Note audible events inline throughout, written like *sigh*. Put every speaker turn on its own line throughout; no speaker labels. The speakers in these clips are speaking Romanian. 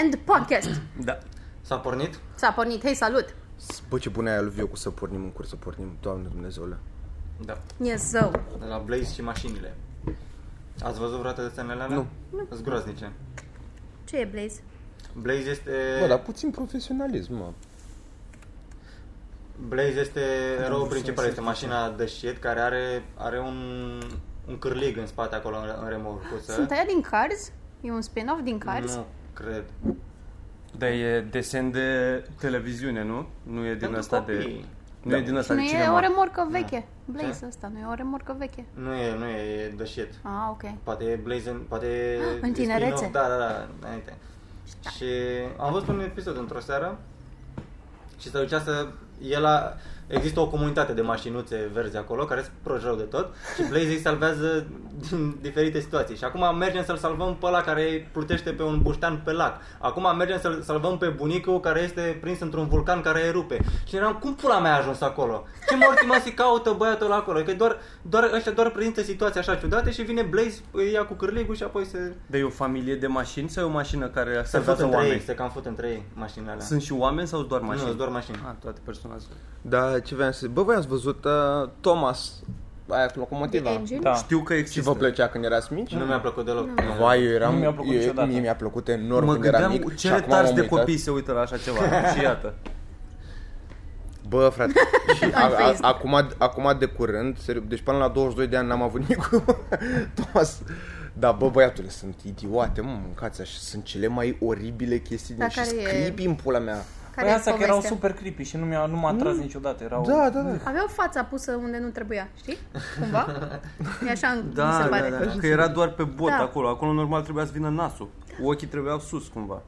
And podcast.
Da. S-a pornit?
S-a pornit. Hei, salut!
Bă, ce bune ai aluviu cu să pornim în curs, să pornim, Doamne Dumnezeule.
Da.
Yes, so.
De la Blaze și mașinile. Ați văzut vreodată desenele alea?
Nu.
Sunt groaznice.
Ce e Blaze?
Blaze este...
Bă, dar puțin profesionalism, mă.
Blaze este eroul principal, este mașina de shit care are, are un, un cârlig în spate acolo în, în remorcuță.
Sunt aia din Cars? E un spin-off din Cars?
Da. Nu, cred.
Dar e desen de televiziune, nu? Nu e din
Pentru
asta de...
copii. Da.
Nu e din asta
Nu
de
e
cinema.
o remorcă veche. Blaze
Ce?
ăsta, nu e o remorcă veche.
Nu e, nu e, e de shit.
Ah, ok.
Poate e Blaze, în- poate e
În tinerețe. Da.
spin-off. Da, da, da, înainte. Și am văzut un episod într-o seară și se ducea să... El a, există o comunitate de mașinuțe verzi acolo, care sunt proști rău de tot și Blaze îi salvează din diferite situații. Și acum mergem să-l salvăm pe ăla care plutește pe un buștean pe lac. Acum mergem să-l salvăm pe bunicul care este prins într-un vulcan care erupe. Și eram, cum pula mea a ajuns acolo? Ce morții mă se caută băiatul ăla acolo? Că doar, doar, ăștia doar prezintă situații așa ciudate și vine Blaze, îi ia cu cârligul și apoi se...
Dar e o familie de mașini sau e o mașină care
Se fut
salvează
între ei,
oameni?
exact.
se cam fut între ei mașinile alea.
Sunt și oameni sau doar mașini?
sunt doar mașini.
Ah, toate personajele.
Da, ce vreau să zic? Bă, voi ați văzut uh, Thomas, aia cu locomotiva.
Engine?
Da.
Știu că
Și
există.
vă plăcea când erați mici?
Nu mi-a plăcut deloc.
Vai, eu eram,
Nu mi-a plăcut
eu-
niciodată.
mie mi-a plăcut enorm
Mă
când eram
gândeam
mic. și
ce
acum m-am
retarzi de
uitat.
copii se uită la așa
*laughs*
ceva. și iată.
Bă, frate, și a, a,
Unfazed.
acum, acum de curând, serios, deci până la 22 de ani n-am avut nimic cu *laughs* Thomas. Da, bă, băiatule, sunt idiote, mă, mâncați așa, sunt cele mai oribile chestii din
Dar
și
Da, care e-
creepy în pula mea.
Care
Care
e
Păi asta că erau
povestea?
super
Da,
creepy și nu mi-a, nu m-a atras niciodată. Erau...
Da, da, da.
Aveau fața pusă unde nu trebuia, știi? Cumva? E așa, mi
Da,
se pare.
da, da. Că era doar pe bot
Da.
acolo. Acolo normal trebuia să vină nasul. Ochii trebuiau sus cumva.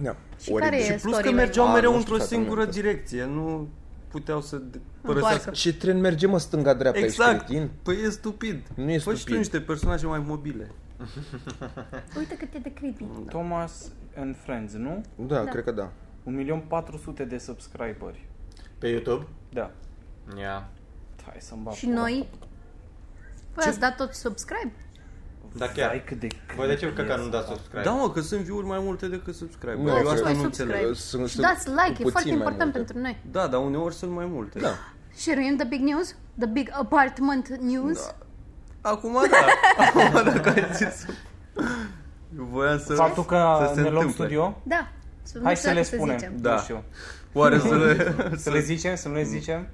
da.
Și care e
Plus că
story
mergeau
Ah,
mereu
nu
într-o
știu, frate,
singură
nu știu.
direcție. Nu puteau să de- părăsească.
Ce tren merge, mă, stânga-dreapta,
Exact.
ești cretin?
Păi e stupid.
Nu e
Fă și tu
stupid.
niște personaje mai mobile.
Uite cât e de creepy.
Da. Thomas and Friends, nu?
Da, da, cred că da.
1.400.000 de subscriberi.
Pe YouTube?
Da.
Ia.
Hai să-mi bag
Și
pula.
noi? Păi ați dat tot subscribe?
Da, chiar.
Vai cât de creepy
Voi de ce că
e
nu dați
asta.
subscribe?
Da, mă, că sunt view-uri mai multe decât subscribe.
Nu,
Eu
să
asta
mai
nu
subscribe.
înțeleg.
Sunt- sunt-
Și dați like, e
puțin
foarte
mai
important
multe.
pentru noi.
Da, dar uneori sunt mai multe.
Da.
Sharing the big news? The big apartment news?
Acum da. Acum dacă ai zis Eu voiam să,
Faptul că
să se
ne luăm
întâmple.
studio,
Da. Să nu
hai
știu
să le
dacă
spunem.
zicem.
Da.
Nu știu.
Oare să Mm. le...
Să le zicem, să nu le zicem?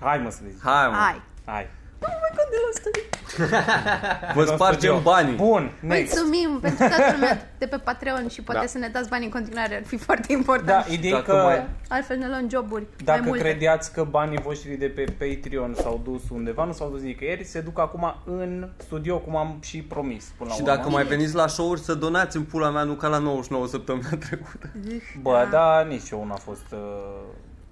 Hai mă să le zicem.
Hai, mă.
Hai.
Hai.
Vă spargem banii.
Bun,
Păi
next.
Mulțumim pentru toată lumea de pe Patreon și poate să ne dați bani în continuare, ar fi foarte important.
Da, ideea e
Dacă
că...
mai-
Altfel ne luăm joburi mai
Dacă
multe.
credeați că banii voștri de pe Patreon s-au dus undeva, nu s-au dus nicăieri, se duc acum în studio, cum am și promis până la
Și
urmă.
dacă mai veniți la show-uri, să donați în pula mea, nu ca la 99 săptămâna trecută.
Bă, da, nici eu n-a fost... Uh...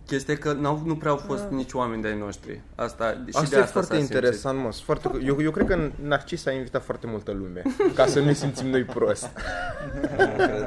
Chestia e că n-au, nu prea au fost nici oameni de-ai noștri. Asta, și
Asta
de
e
asta
foarte
s-a simțit.
interesant, mă. sunt Foarte, eu, eu cred că Narcis a invitat foarte multă lume, ca să nu simțim noi
*laughs*
prost.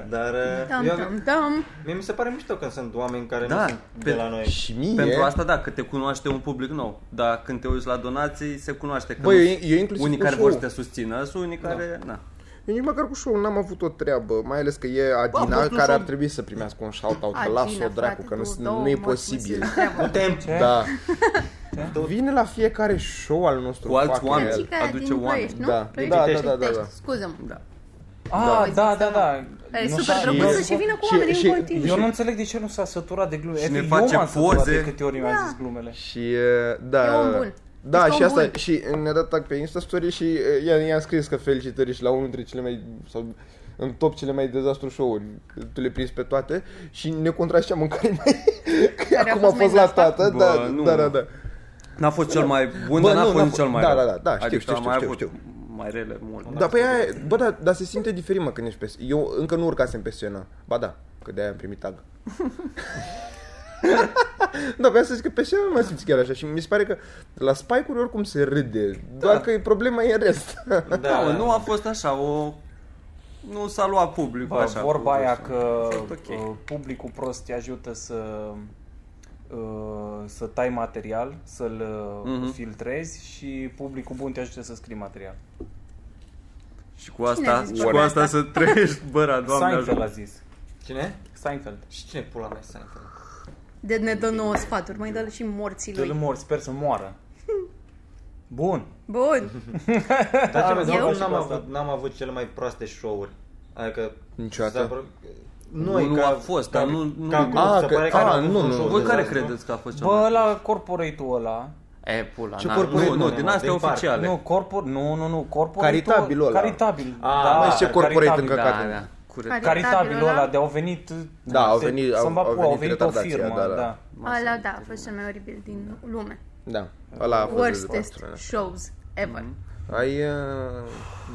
Dar uh,
Dam,
eu, aveam-
dam, dam.
mie mi se pare mișto când sunt oameni care
Da,
nu sunt
pe-
de la noi.
Și mie...
Pentru asta, da, că te cunoaște un public nou. Dar când te uiți la donații, se cunoaște că
Bă,
nu-
eu- eu inclusiv
unii
cu Da.
care vor să
show.
te susțină, sunt unii care... Na.
Eu nici măcar cu show n-am avut o treabă, mai ales că e Adina
a fost un
care ar
show-
trebui să primească un shout-out, că
Agina,
las-o
frate,
dracu, că nu,
tu, două
nu e
morți,
posibil.
mulțumim, treabă.
Putem.
Da.
*laughs*
Vine la fiecare show al nostru.
Cu alți
fucking
oameni.
hell.
Cica
Aduce
din
oameni.
Ploiești, nu? Păi
Da.
Ploiești,
Da,
Pitești,
da, da, da,
Pitești,
da.
Scuze-mă.
Da.
Ah, da, da, da.
E
Nu
super
s-a-
drăguță
eu-
și vine cu
și-
oameni
și-
în continuu.
Eu nu înțeleg de ce nu s-a săturat de glume.
Și ne
Eu
face
m-am săturat
poze.
de câte ori
Da.
mi-a zis glumele.
Și uh, da.
E om bun.
Da,
Ești
și
om
asta
bun.
și ne-a dat tag pe Insta Story și uh, i-a- i-am scris că felicitări și la unul dintre cele mai sau în top cele mai dezastru show-uri, că tu le prins pe toate și ne contrașteam în care mai *laughs* că
Care a
acum a
fost mai
fost la
nașpa?
tată,
Bă,
da,
nu.
da, da, da.
N-a fost cel mai bun, dar
Bă,
n-a
nu,
fost
n-a
nici
fost-
cel mai
da,
rău.
da, da, da, știu,
Adică
știu,
am
știu,
mai
știu,
avut
știu.
mai rele mult.
Da, păi aia, e- bă, da, dar se simte diferit, mă, când ești pe Eu încă nu urcasem pe scenă. Ba da, că de-aia am primit tag. da, vreau să zic că pe scenă nu mă simți chiar așa și mi se pare că la spike-uri oricum se râde, doar că e problema e în rest.
Da,
Da, mă, nu a fost așa o nu s-a luat public
Bă,
așa.
așa, vorba
cu-
aia că
Fost ok.
uh, publicul prost te ajută să uh, să tai material, să-l uh
Mhm.
filtrezi și publicul bun te ajută să scrii material.
Și cu asta,
zis
și cu
vorba
asta
*laughs*
să trăiești, băra, doamne
Seinfeld a
ajută.
zis.
Cine?
Seinfeld.
Și cine pula mea e Seinfeld?
De ne dă nouă sfaturi, mai dă și morții
Tu îl
lui.
mori, sper să
*laughs*
moară. Bun.
Bun.
Dar ce mai
Eu?
zis,
Și
n-am,
cu asta.
avut, n-am avut cele mai proaste show-uri. Adică...
Niciodată?
s-a părut-
Nu,
e
nu a fost, dar nu- nu-
Ca grup,
A,
se
că-
pare că
a,
n-a avut
nu,
un
nu.
show
Voi
de
care
dezastru.
credeți că a fost cel
Bă,
mai
la corporate-ul ăla,
E, pula,
Ce
na,
corporate,
nu, nu,
mă,
din
mă,
astea
din parc.
oficiale.
nu, corpor, nu, nu, nu, corporate
Caritabil ăla.
Caritabil.
A,
da,
mai
și ce corporate
caritabil.
încă-
da,
căcatul.
da, curat.
Care-
Caritabil
Caritabil
ăla
ăla?
de au venit
Da, au
se-
venit- au-
să-mi bat
au
pula, au
venit
venit o
retardații,
firmă,
da, da.
da.
Ăla, da, a fost cel mai oribil din lume.
Da, ăla a fost
Worstest
dezbaterea.
shows ever.
Ai, uh,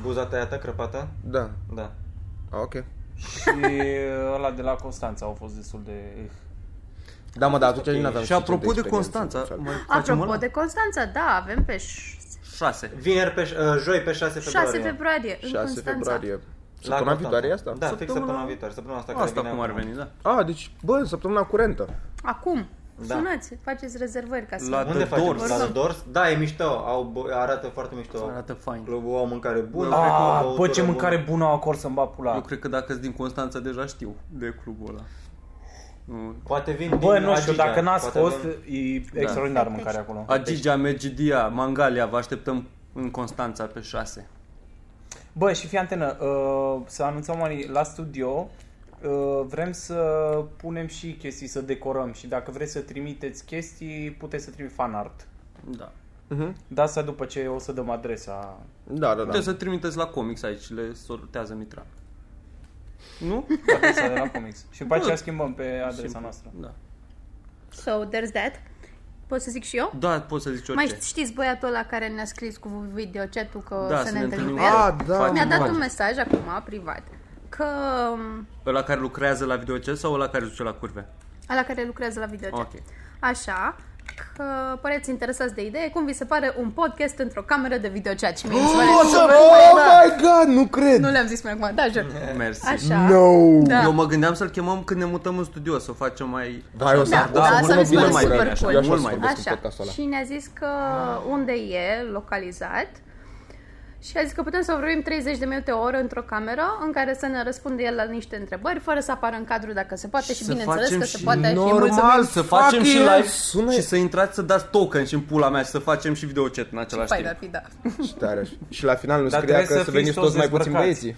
Buza tăiată, crăpată?
da,
Da.
Ah, ok.
Și ăla de la Constanța au fost destul de...
Da, mă, dar atunci nu aveam
Și apropo de
suficientă
Constanța,
experiență
mai facem
Apropo
ăla?
de Constanța, da, avem pe ș-
6.
Vineri pe, uh, joi pe 6 februarie.
6 februarie în
socială. 6
Constanța.
februarie.
La
Săptămâna
Constanța.
viitoare e asta?
Da, fix săptămâna
Săptămâna-
viitoare, săptămâna asta. care
Asta
vine
cum ar
acum.
veni, da.
A, deci, bă, săptămâna curentă.
Acum,
Da.
sunați, faceți rezervări ca să...
La-
Unde
The
facem?
Doors.
La The Doors? Da, e mișto, au, bo- arată foarte mișto.
Arată fain.
Clubul au mâncare bună.
Ah,
au băutură
bă, ce mâncare bună au acolo să-mi bat pula.
Eu cred că dacă din Constanța deja știu de clubul ăla. Nu.
Poate vin
Bă,
din
nu știu,
Agigea,
dacă n-ați
poate
fost,
vin-
e extraordinar mâncarea acolo.
Agigia, Megidia, Mangalia, vă așteptăm în Constanța pe 6.
Bă, și fii antenă, uh, să anunțăm mai la studio, uh, vrem să punem și chestii, să decorăm și dacă vreți să trimiteți chestii, puteți să trimiteți fanart.
Da.
Mhm.
Da, asta după ce o să dăm adresa.
Da, da, da.
Puteți să trimiteți la comics aici, le sortează Mitra. Nu?
Adresa de la comics. Și după
Bun.
aceea schimbăm pe adresa
Simplu.
noastră.
Da.
So, there's that. Pot să zic și eu?
Da, poți să zici orice.
Mai știți băiatul ăla care ne-a scris cu video chat-ul că
da,
să, ne întâlnim cu el?
Ah,
cu el.
da.
Facem
Mi-a dat
pace.
un mesaj acum, privat, că um,
Ăla care lucrează la videocel sau ăla care duce la curve?
ala care lucrează la video chat.
Ok.
Așa, că păreți interesați de idee, cum vi se pare un podcast într-o cameră de video chat și mie mi se pare super
Oh
cool, da.
my god, nu cred!
Nu le-am zis până acum, da, jur.
Mersi.
Așa.
No!
Da.
Eu mă gândeam să-l chemăm când ne mutăm în studio, să o facem mai...
Da, eu
Da, da, asta mi se pare
mai bine
super
așa,
cool.
Eu așa
mult
să
mai
vorbesc în
Așa,
podcastul ăla.
și ne-a zis că unde e localizat și a zis că putem să vorbim 30 de minute o oră într-o cameră în care să ne răspundă el la niște întrebări fără să apară în cadru dacă se poate și,
să
bineînțeles
facem
că
și
se poate și
normal,
mulțumim.
Să facem
Fuck
și
yes!
live
Sună-
și să intrați să dați token și în pula mea și să facem și videochat în
Și
același timp.
Paida,
*laughs*
da.
Și tare. Și la final nu
Dar
scria
trebuie
că să
să fiți
veniți
toți
toți mai puțin
dezbrăcați.
băieții.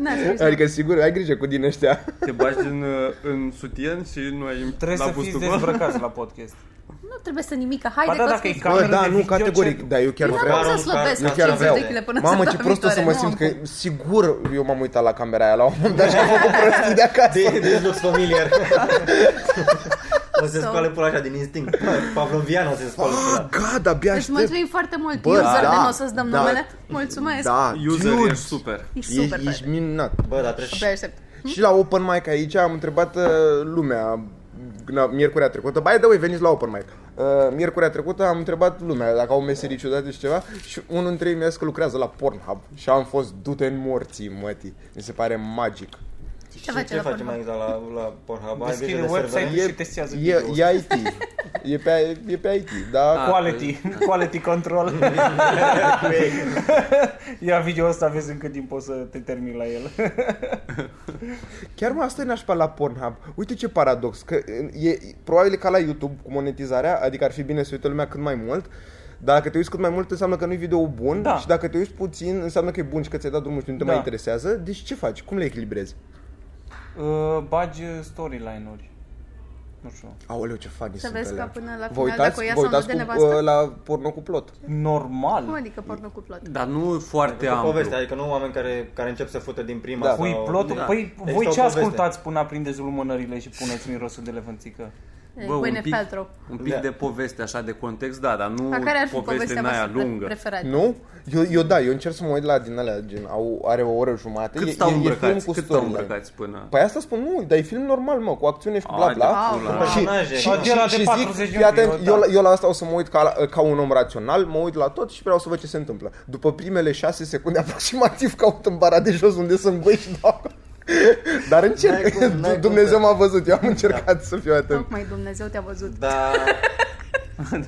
N-a scris,
Adică, sigur, ai grijă cu din ăștia.
Te bagi în, uh, în sutien și noi
Trebuie
la
să fiți
bustul
dezbrăcați la podcast.
Nu trebuie să nimic,
Ba
haide
da,
că dacă
dacă e
Eu
cameră
Bă, da,
de
nu,
video
categoric.
chat,
Da, eu chiar vreau.
vreau să
vreau
slăbesc
un
Eu
cu
caz,
chiar
50
vreau.
de kg până
Mamă, ce
săptămâna
prost o să mă
viitoare,
simt
nu am
că sigur eu m-am uitat la camera aia la un moment dat și am făcut prostii de acasă.
De, de lux familiar.
*laughs*
o să
Sau-
scoale pula așa din instinct. Pavlovian o să scoale
Oh
pula.
God, abia
Deci
aștept.
mulțumim foarte mult,
Bă,
Bă, user,
da,
de nu o să-ți dăm
da.
numele. Mulțumesc,
Da,
User
dude,
e super.
ești super
ești,
tare.
ești minunat.
Bă, dar trebuie
Abia aștept.
Și la open mic aici am întrebat uh, lumea na, miercurea trecută. By the way, veniți la open mic. Uh, miercurea trecută am întrebat lumea dacă au meserii ciudate și ceva și unul dintre ei mi-a zis că lucrează la Pornhub și am fost dute în morții, mătii. Mi se pare magic.
Ce face
ce
la
facem
porno?
mai exact la, la Pornhub? Ai grijă
Deschide
de servere?
website-ul și testează
E,
video.
e IT. E pe, e pe IT, da?
Ah.
Quality, quality control. Ia video ăsta, vezi în cât timp poți să te termini la el.
Chiar mă, asta e nașpa la Pornhub. Uite ce paradox, că e probabil e ca la YouTube cu monetizarea, adică ar fi bine să uite lumea cât mai mult, dar dacă te uiți cât mai mult înseamnă că nu e video bun
Da.
și dacă te uiți puțin înseamnă că e bun și că ți-ai dat drumul și nu te
Da.
mai interesează. Deci ce faci? Cum le echilibrezi?
Uh, bagi uh, storyline-uri. Nu știu.
Aoleu, ce fani
Să
sunt
vezi
alea.
că până la
Vă
final,
uitați,
dacă o ia
vă
sau nu
uitați
de
cu,
nevastă?
uh, la porno cu plot.
Cum
Normal.
adică porno cu plot?
Dar nu foarte
Cu
amplu.
poveste, adică nu oameni care, care încep să fută din prima
Da.
sau...
Pui plotul.
da.
Păi
Deci
voi
sau
ce
poveste.
ascultați până aprindeți lumânările și puneți mirosul de levănțică?
Bă, Gwyneth
pic,
Paltrow.
un pic
Da.
de poveste, așa, de context, da, dar nu
Dar care ar fi
poveste
povestea
în aia
voastră pre-
lungă.
preferată?
Nu? Eu, eu da, eu încerc să mă uit la din alea, gen, au, are o oră jumate.
Cât
e-
stau
e, E film
îmbrăcați?
cu
Cât stau
storyline.
îmbrăcați până...
Păi asta spun, nu, dar e film normal, mă, cu acțiune și cu bla
Haide,
bla.
pula.
Au,
și,
personaje.
și,
Au,
și,
era
și,
de
zic,
40
fii atent,
de
eu, la-
ori,
eu la asta o să mă uit ca, la- ca un om rațional, mă uit la tot și vreau să văd ce se întâmplă. După primele șase secunde *laughs* aproximativ caut în bara de jos unde sunt băi și dau. *laughs* Dar
N-ai
încerc,
cum,
*laughs*
n-ai cum da.
Dumnezeu
să-
m-a văzut, eu am încercat să fiu atent.
Tocmai Dumnezeu te-a văzut.
*laughs*
Dar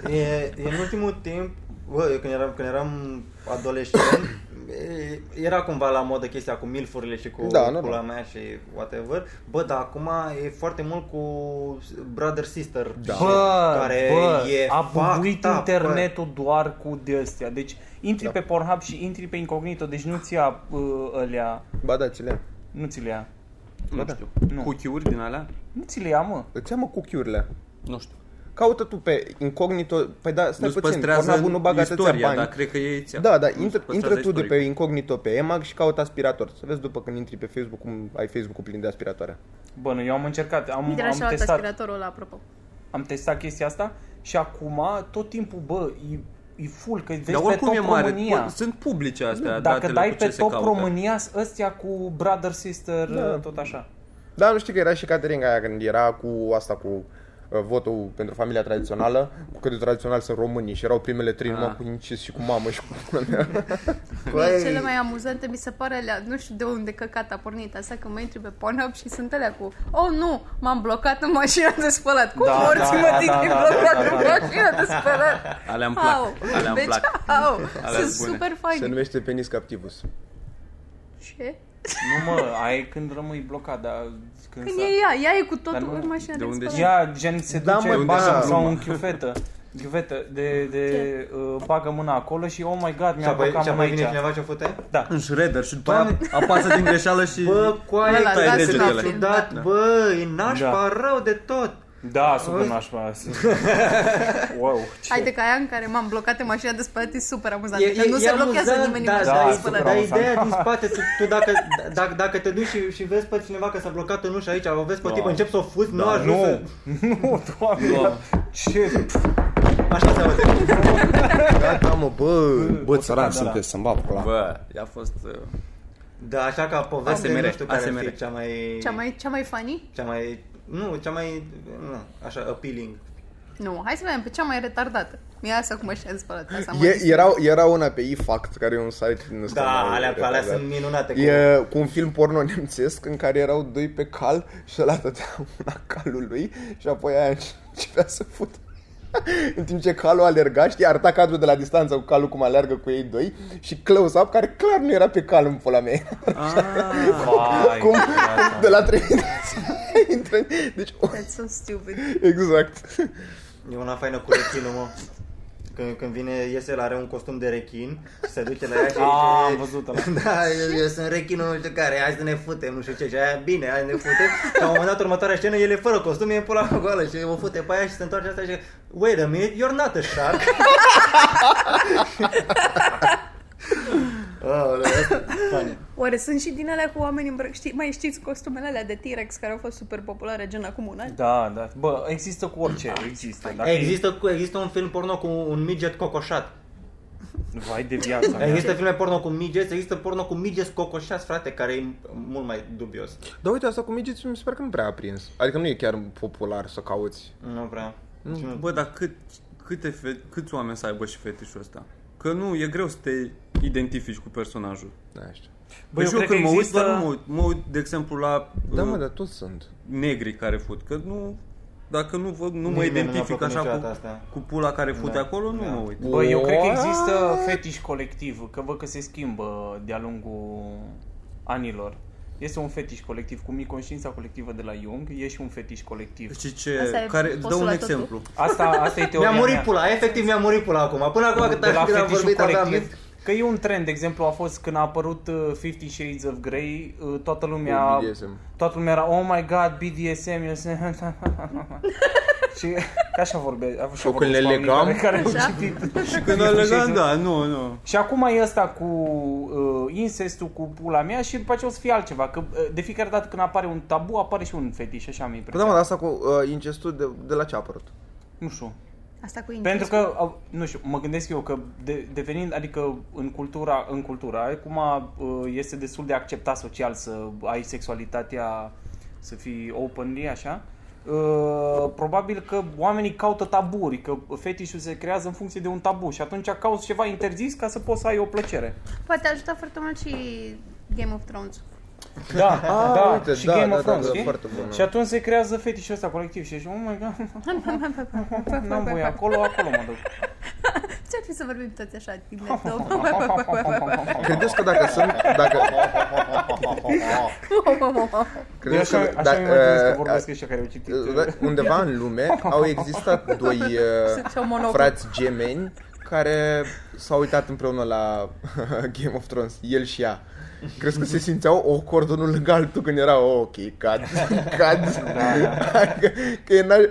e, e în ultimul timp, bă, eu când eram, când eram adolescent, e, era cumva la modă chestia cu milfurile și cu
Da,
da,
normal.
pula mea și whatever. Bă, dar acum e foarte mult cu brother sister. Da.
Bă,
care
bă,
e
a bubuit
fucked up,
internetul doar cu de-astea. Deci intri
Da.
pe Pornhub și intri pe incognito, deci nu ți ia uh, alea,
Ba da, ți le
nu ți le ia.
Nu
da.
știu.
Nu.
Cuchiuri din alea?
Nu ți le ia, mă.
Îți ia mă cuchiurile.
Nu știu.
Caută tu pe incognito, păi da, stai
Nu-ți
puțin,
păstrează
Pornhub nu bagă atâția
istoria,
bani.
dar cred că ei ți
Da, da, intră, intră tu de pe incognito pe EMAG și caută aspirator. Să vezi după când intri pe Facebook cum ai Facebook-ul plin de aspiratoare.
Bă, nu, eu am încercat, am,
Uite, era
am
și la
testat.
aspiratorul ăla, apropo.
am testat chestia asta și acum tot timpul, bă, e, e full, că vezi
Dar
pe
oricum
top
e mare.
România. Da,
Pă- Sunt publice astea
Dacă
datele
dai
cu
pe
ce se
top
caută.
România, ăstea cu brother, sister,
Da.
tot așa.
Da, nu știu că era și cateringa aia când era cu asta cu uh, votul pentru familia tradițională, cu cât de tradițional sunt românii și erau primele trei
Ah.
numai cu incis și cu mamă și cu pula mea.
Mie cele mai amuzante mi se pare alea, nu știu de unde căcat a pornit asta, când mă intri pe Pornhub și sunt alea cu Oh, nu, m-am blocat în mașina de spălat. Cum
Da,
morți
da,
mă
da,
din
da,
da,
da,
blocat
da, da,
în
da.
mașina de spălat?
Alea îmi plac.
Au,
Alea îmi
deci,
plac.
au, sunt
bune.
super
Se
faini.
numește penis captivus.
Ce?
Nu mă, aia e când rămâi blocat, dar când,
Când
s-a-
e ea, ea e cu
Dar
totul
nu-
în mașina
de
de,
unde
spălat.
Ea, gen, se
Da,
duce,
mă,
da,
da.
bagă sau
Gluma.
în chiuvetă. Chiuvetă, de, de uh, bagă mâna acolo și oh my god,
Și
mi-a
apoi,
blocat
și
mâna
apoi vine
aici.
cineva și o fute?
Da.
În shredder și după aia apasă din greșeală și...
Bă, coaie,
Ăla,
lasă-l
ai
la
ciudat,
film,
ciudat,
da.
bă, e nașpa rău de tot.
Da, super
*laughs*
nașpa. wow, ce...
Haide că aia în care m-am blocat în mașina de spălat e super amuzant.
E-
Că
e-
Adică nu
e
se blochează
amuzant,
nimeni în
da,
mașina
da,
de
e
spălat.
super
Dar
amuzant.
ideea din spate, tu, tu dacă, dacă, dacă te duci și, și vezi pe cineva că s-a blocat în ușa aici, o vezi pe
Da.
tip, începi să o fuzi, nu ajungi
Nu,
să...
nu, doamne,
Doamne.
ce...
Așa se aude.
Gata, mă, bă, bă,
țăran
țăran
da, da. sunteți,
sunteți să-mi bag pula.
Bă, a fost... uh,
Da, așa ca poveste,
ASMR,
nu știu care ar
ASMR.
fi cea mai...
Cea mai, cea mai funny?
Cea mai... Nu, cea mai... Nu, așa, appealing.
Nu, hai să vedem pe cea mai retardată. Mie asta cu mașina de spălat. asta mă
E,
distrug.
era, era una pe eFact, care e un site din ăsta
Da,
mai
alea, alea
retardat.
sunt minunate. cu-
E cu un film porno nemțesc în care erau doi pe cal și ăla dădea *laughs* una calului și apoi aia începea să fută. *laughs* În timp ce calul alerga, știi, arăta cadrul de la distanță cu calul cum alergă cu ei doi și close-up care clar nu era pe cal în pula mea.
Vai,
Cum?
gata.
De la trei *laughs* intră... Deci, o-
That's so stupid.
exact.
E una faină cu rechinul, mă. Când, când vine, iese, el are un costum de rechin și se duce la ea și...
A, am văzut ăla.
*laughs* Da, eu, eu sunt rechinul nu știu care, hai să ne futem, nu știu ce, și aia, bine, hai să ne
*laughs*
futem. Și la un moment dat, următoarea scenă, el e fără costum, e în pula goală și o fute pe aia și se întoarce asta și zice, wait a minute, you're not a shark.
*laughs*
oh, asta e funny.
Oare sunt și din alea cu oameni îmbrăc... Știi, mai știți costumele alea de T-Rex care au fost super populare gen acum un an?
Da, da. Bă, există cu orice, există. Dacă
Există, cu- există un film porno cu un midget cocoșat.
Vai de viața mea.
Există filme porno cu midgets, există porno cu midgets cocoșați, frate, care e mult mai dubios.
Dar Da, uite, asta cu midgets mi se pare că nu prea a prins. Adică nu e chiar popular să cauți.
Nu prea. Nu.
Bă, dar cât, câte fe- câți oameni să aibă și fetișul ăsta? Că nu, e greu să te identifici cu personajul.
Da, știu.
Bă,
deci
eu
eu,
cred
când
că
mă uit,
există-
doar nu mă uit. Mă uit, de exemplu, la
Da,
uh,
mă, dar toți sunt.
negri care fut. Că nu, dacă nu, văd, nu mă
Nimeni nu mi-a
identific
plăcut
așa cu,
niciodată asta.
cu pula care fute acolo, nu mă uit.
Bă, eu cred că
What?
există fetiș colectiv, că văd că se schimbă de-a lungul anilor. Este un fetiș colectiv, cum e conștiința colectivă de la Jung, e și un fetiș colectiv.
Și
Asta e
ce, care, dă
postulatul
un
tău.
exemplu.
Asta, asta e teoria
Mi-a murit
mea.
pula, efectiv mi-a murit pula acum. Până acum cât
de la
am când am
fetișul
vorbit, aveam...
colectiv. Că e un trend, de exemplu, a fost când a apărut uh, Fifty Shades of Grey, uh, toată lumea,
Cu BDSM.
toată lumea era, oh my god, BDSM, eu sunt... *laughs* Și ca așa vorbe, așa
când
vorbesc
le
oamenii
legam?
care, care au
Așa.
citit. Și
Când a legat, da, nu, nu.
Și acum e ăsta cu uh, incestul, cu pula mea și după aceea o să fie altceva. Că uh, de fiecare dată când apare un tabu, apare și un fetiș, așa mi-e
Păi da, mă, dar asta cu uh, incestul, de, de la ce a apărut?
Nu știu.
Asta cu incest.
Pentru că, au- nu știu, mă gândesc eu că de, devenind, adică în cultura, în cultura, acum uh, este destul de acceptat social să ai sexualitatea, să fii openly, așa, uh, probabil că oamenii caută taburi, că fetișul se creează în funcție de un tabu și atunci cauți ceva interzis ca să poți să ai o plăcere.
Poate ajuta foarte mult și Game of Thrones.
Da,
*laughs* Ah,
da,
uite,
și
da,
Game
da,
of
da,
Thrones,
da,
știi?
foarte bună.
Și atunci se creează fetișul ăsta colectiv și ești, oh my god, *laughs* n-am voie, acolo, acolo mă duc.
Ce-ar fi să vorbim toți așa din
*laughs*
laptop?
Credeți că dacă sunt... Dacă, credeți
Credeți așa,
că,
că, așa mi imaginez că
uh,
vorbesc ăștia care au citit.
uh,
uh,
undeva în lume au
*laughs*
existat doi uh,
Sunt eu monoclu.
frați gemeni care s-au uitat împreună la *laughs* Game of Thrones, el și ea. Crezi că se simțeau o cordonul lângă altul când era "Oh, ok, cad,
*laughs*
cad.
Da.
Adică, *laughs* că e n-ai,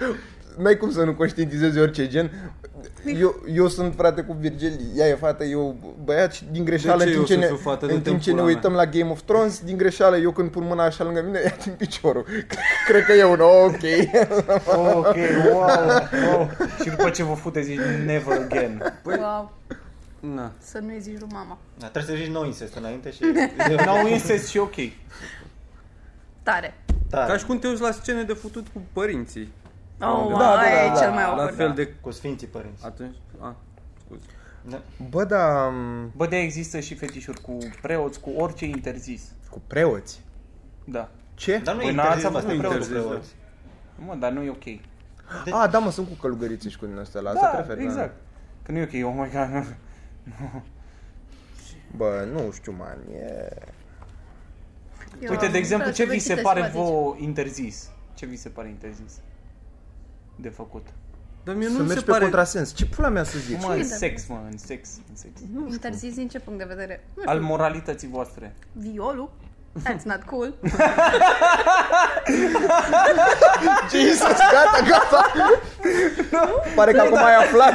n-ai cum să nu conștientizezi orice gen.
Păi-
Eu, eu sunt frate cu Virgil, ea e fată, eu băiat și din greșeală
ce
în timp ce
eu să
ne,
fiu fată?
în
Du-te în
timp ce ne
pula mea.
uităm la Game of Thrones, din greșeală eu când pun mâna așa lângă mine, *laughs* ea din piciorul. Cred că e un "Oh, ok.
uh, ok, wow, wow. Și după ce vă fute zici never again.
Wow,
Na.
să nu-i zici lui mama.
Da, Trebuie să zici nou incest înainte
*laughs*
și...
No incest și ok.
Tare.
Ca
Tare.
și cum te uiți la scene de futut cu părinții.
Oh,
Da,
da,
da,
aia
da,
e cel
da,
mai
La
awkward.
fel de...
Cu sfinții părinți.
Atunci... A, scuze.
Da.
Bă, dar um,
Bă, de există și fetișuri cu preoți, cu orice interzis.
cu preoți?
Da.
Ce?
Dar nu e
Păi
interzis,
n-ați avut
mă, sunt
un
preoți,
interzis,
preoți.
Mă, dar nu e ok.
A, da, mă, sunt cu călugărițe și cu din astea, la asta
Da,
prefer. da.
exact. Că nu e ok, oh my god.
Bă, nu știu, man, e...
da. Eu
Uite,
am
de exemplu,
vrut
ce
să
vi se
citesc
pare
toate.
vouă interzis? Ce vi se pare interzis? De făcut.
Dar mie
Să
nu mi se
mergi pe
pare...
contrasens. Ce pula mea să zic?
Mă, în
Cine?
sex, mă, în sex, în sex.
Interzis din ce punct de vedere? Nu știu,
Al moralității voastre.
violul? That's not
*laughs*
cool.
*laughs* Jesus, gata, gata! Pare că acum ai aflat.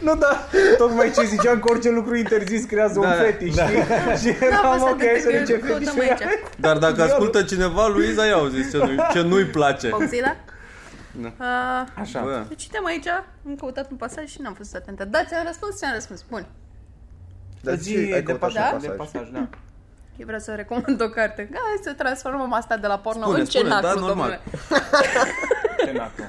Nu, da, tocmai ce ziceam că orice lucru interzis creează da, un fetiș, da. știi? Și
Da, bă,
eram
să
ok
te
să ne ce
gândești,
fetișul
căutăm
e.
aici.
Dar dacă ascultă cineva, Luiza ia o zis ce nu-i, ce nu-i place.
Boxila?
*laughs* Nu.
Uh,
Așa.
Bă,
deci citeam aici, am căutat un pasaj și n-am fost atentă. Da, ți-am răspuns, ți-am răspuns. Bun.
Dar
zi
ce, ai
de
căutat
pasaj,
un
de
pasaj?
pasaj, da.
Eu vreau să recomand o carte. Ca hai să transformăm asta de la porno
Spune,
în
spune,
cenaclu,
da, normal.
domnule.
Cenaclu.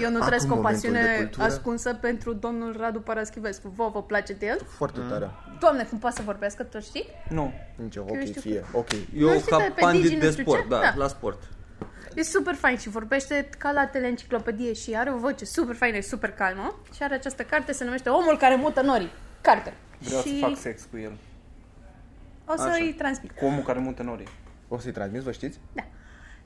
Eu nu
Acum
trăiesc o
momentul de
pasiune
cultură.
ascunsă pentru domnul Radu Paraschivescu. Vă, vă place de el?
Foarte tare.
Doamne, cum poate să vorbească, tu știi?
Nu.
Nici eu,
Eu
ok,
știu
fie, ok.
Nu
eu
știu că
ca
pe Digi
pandit
nu
de
știu ce,
sport,
da.
da, la sport.
E super fain și vorbește ca la teleenciclopedie și are o voce super faină și super calmă. Și are această carte, se numește Omul care mută norii. Carte.
Vreau
și
să fac sex cu el.
o să
Așa.
îi transmit. Da.
Cu omul care mută norii.
O să-i transmis, vă știți?